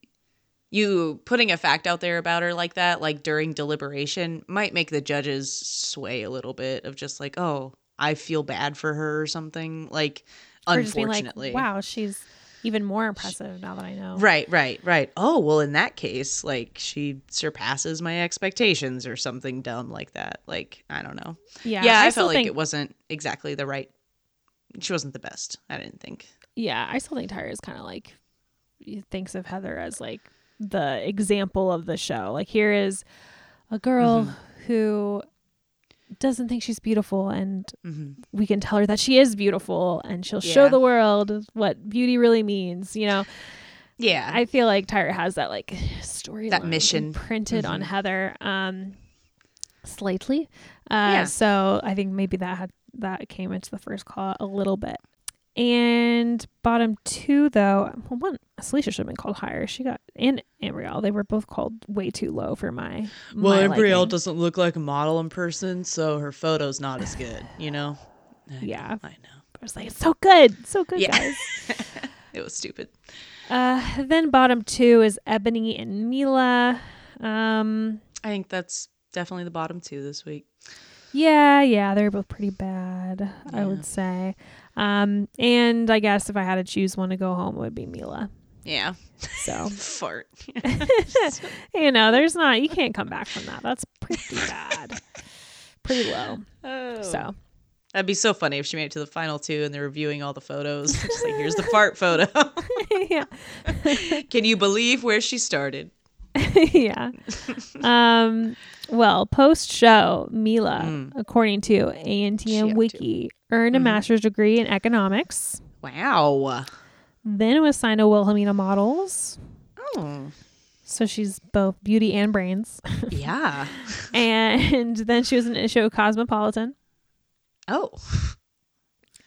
Speaker 2: you putting a fact out there about her like that like during deliberation might make the judges sway a little bit of just like oh I feel bad for her or something like
Speaker 1: Or just being like,
Speaker 2: unfortunately
Speaker 1: wow, she's even more impressive now that I know.
Speaker 2: right right right oh well in that case like she surpasses my expectations or something dumb like that like I don't know
Speaker 1: Yeah,
Speaker 2: yeah I,
Speaker 1: still
Speaker 2: felt like
Speaker 1: think,
Speaker 2: it wasn't exactly the right she wasn't the best I didn't think
Speaker 1: Yeah, I still think Tyra is kind of like thinks of Heather as like the example of the show. Like here is a girl who doesn't think she's beautiful and
Speaker 2: hmm
Speaker 1: we can tell her that she is beautiful and she'll show
Speaker 2: Yeah.
Speaker 1: the world what beauty really means you know
Speaker 2: yeah
Speaker 1: i feel like tyra has that like story
Speaker 2: mission. Mm-hmm.
Speaker 1: printed on heather um slightly uh
Speaker 2: Yeah.
Speaker 1: so i think maybe that had that came into the first call a little bit and bottom two though well one Alicia should have been called higher she got and ambriel they were both called way too low for my
Speaker 2: Well,
Speaker 1: my
Speaker 2: Embrielle
Speaker 1: liking.
Speaker 2: doesn't look like a model in person, so her photo's not as good, you know? I know,
Speaker 1: Yeah.
Speaker 2: I know.
Speaker 1: i was like it's so good so good
Speaker 2: Yeah.
Speaker 1: guys
Speaker 2: It was stupid.
Speaker 1: Uh, then bottom two is Ebony and Mila. Um,
Speaker 2: I think that's definitely the bottom two this week.
Speaker 1: yeah, yeah, they're both pretty bad, I
Speaker 2: Yeah.
Speaker 1: would say. Um, and I guess if I had to choose one to go home, it would be Mila.
Speaker 2: Yeah.
Speaker 1: So
Speaker 2: Fart.
Speaker 1: you know, there's not you can't come back from that. That's pretty bad, pretty low.
Speaker 2: oh.
Speaker 1: So
Speaker 2: That'd be so funny if she made it to the final two and they're reviewing all the photos. Just like, here's the fart photo.
Speaker 1: yeah,
Speaker 2: Can you believe where she started?
Speaker 1: yeah. Um, well, post show, Mila, according to
Speaker 2: up
Speaker 1: ANTM
Speaker 2: Mm. to? Mm-hmm.
Speaker 1: Wiki, earned a master's degree in economics.
Speaker 2: Wow.
Speaker 1: Then it was signed to Wilhelmina Models.
Speaker 2: Oh.
Speaker 1: So she's both beauty and brains.
Speaker 2: Yeah.
Speaker 1: and then she was an issue of Cosmopolitan.
Speaker 2: Oh.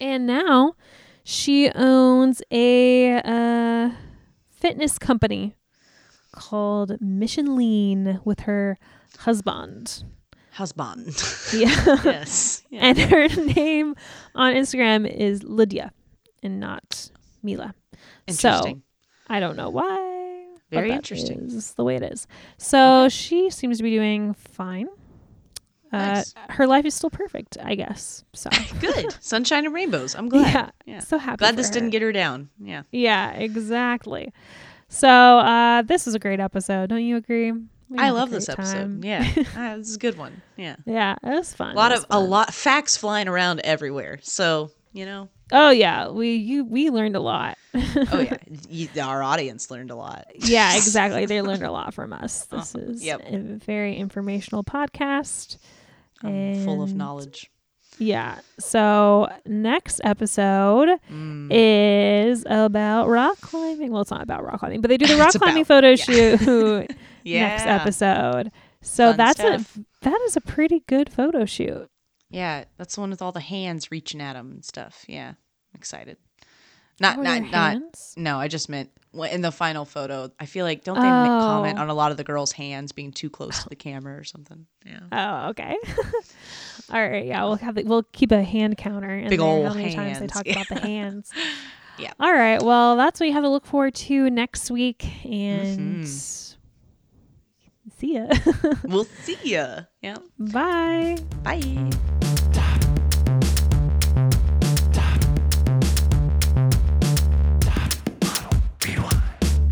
Speaker 1: And now she owns a uh, fitness company called Mission Lean with her husband.
Speaker 2: Husband.
Speaker 1: Yeah.
Speaker 2: yes. Yeah.
Speaker 1: and her name on Instagram is Lydia and not Mila. So
Speaker 2: Interesting.
Speaker 1: I don't know why. but
Speaker 2: Very
Speaker 1: that
Speaker 2: interesting.
Speaker 1: is the way it is. So she seems to be doing fine. Uh,
Speaker 2: Nice.
Speaker 1: Her life is still perfect, I guess. So
Speaker 2: Good. Sunshine and rainbows. I'm glad.
Speaker 1: yeah,
Speaker 2: Yeah.
Speaker 1: so happy.
Speaker 2: Glad
Speaker 1: for
Speaker 2: this
Speaker 1: her.
Speaker 2: didn't get her down. Yeah.
Speaker 1: Yeah, exactly. So uh, this was a great episode, don't you agree? We
Speaker 2: I
Speaker 1: had a
Speaker 2: love this
Speaker 1: great
Speaker 2: episode.
Speaker 1: Mm, time.
Speaker 2: Yeah. Ah, this is a good one. Yeah.
Speaker 1: yeah, it was fun.
Speaker 2: A lot of a lot facts flying around everywhere. So, you know.
Speaker 1: Oh yeah, we you we learned a lot.
Speaker 2: Oh yeah. You- our audience learned a lot.
Speaker 1: yeah, exactly. They learned a lot from us. This is
Speaker 2: Uh-huh. Yep.
Speaker 1: a very informational podcast.
Speaker 2: I'm full of
Speaker 1: And-
Speaker 2: knowledge.
Speaker 1: Yeah. So next episode
Speaker 2: Mm.
Speaker 1: is about rock climbing. Well, it's not about rock climbing, but they do the rock
Speaker 2: It's
Speaker 1: climbing
Speaker 2: about-
Speaker 1: photo
Speaker 2: yeah.
Speaker 1: shoot
Speaker 2: Yeah.
Speaker 1: next episode. So
Speaker 2: Fun
Speaker 1: that's
Speaker 2: stuff.
Speaker 1: a that is a pretty good photo shoot.
Speaker 2: Yeah, that's the one with all the hands reaching at him and stuff. Yeah. I'm excited. Not
Speaker 1: Were
Speaker 2: Uh, not
Speaker 1: there
Speaker 2: not
Speaker 1: hands?
Speaker 2: No, I just meant w- in the final photo, I feel like don't they ma-
Speaker 1: Oh.
Speaker 2: comment on a lot of the girls' hands being too close to the camera or something? Yeah.
Speaker 1: Oh, okay. All right, yeah, we'll have the, we'll keep a hand counter and
Speaker 2: Big
Speaker 1: there
Speaker 2: ol'
Speaker 1: how many times they
Speaker 2: hands,
Speaker 1: talk
Speaker 2: yeah.
Speaker 1: about the hands.
Speaker 2: Yeah.
Speaker 1: All right. Well, that's what you have to look forward to next week, and see ya.
Speaker 2: Mm-hmm. We'll see ya. Yeah.
Speaker 1: Bye.
Speaker 2: Bye.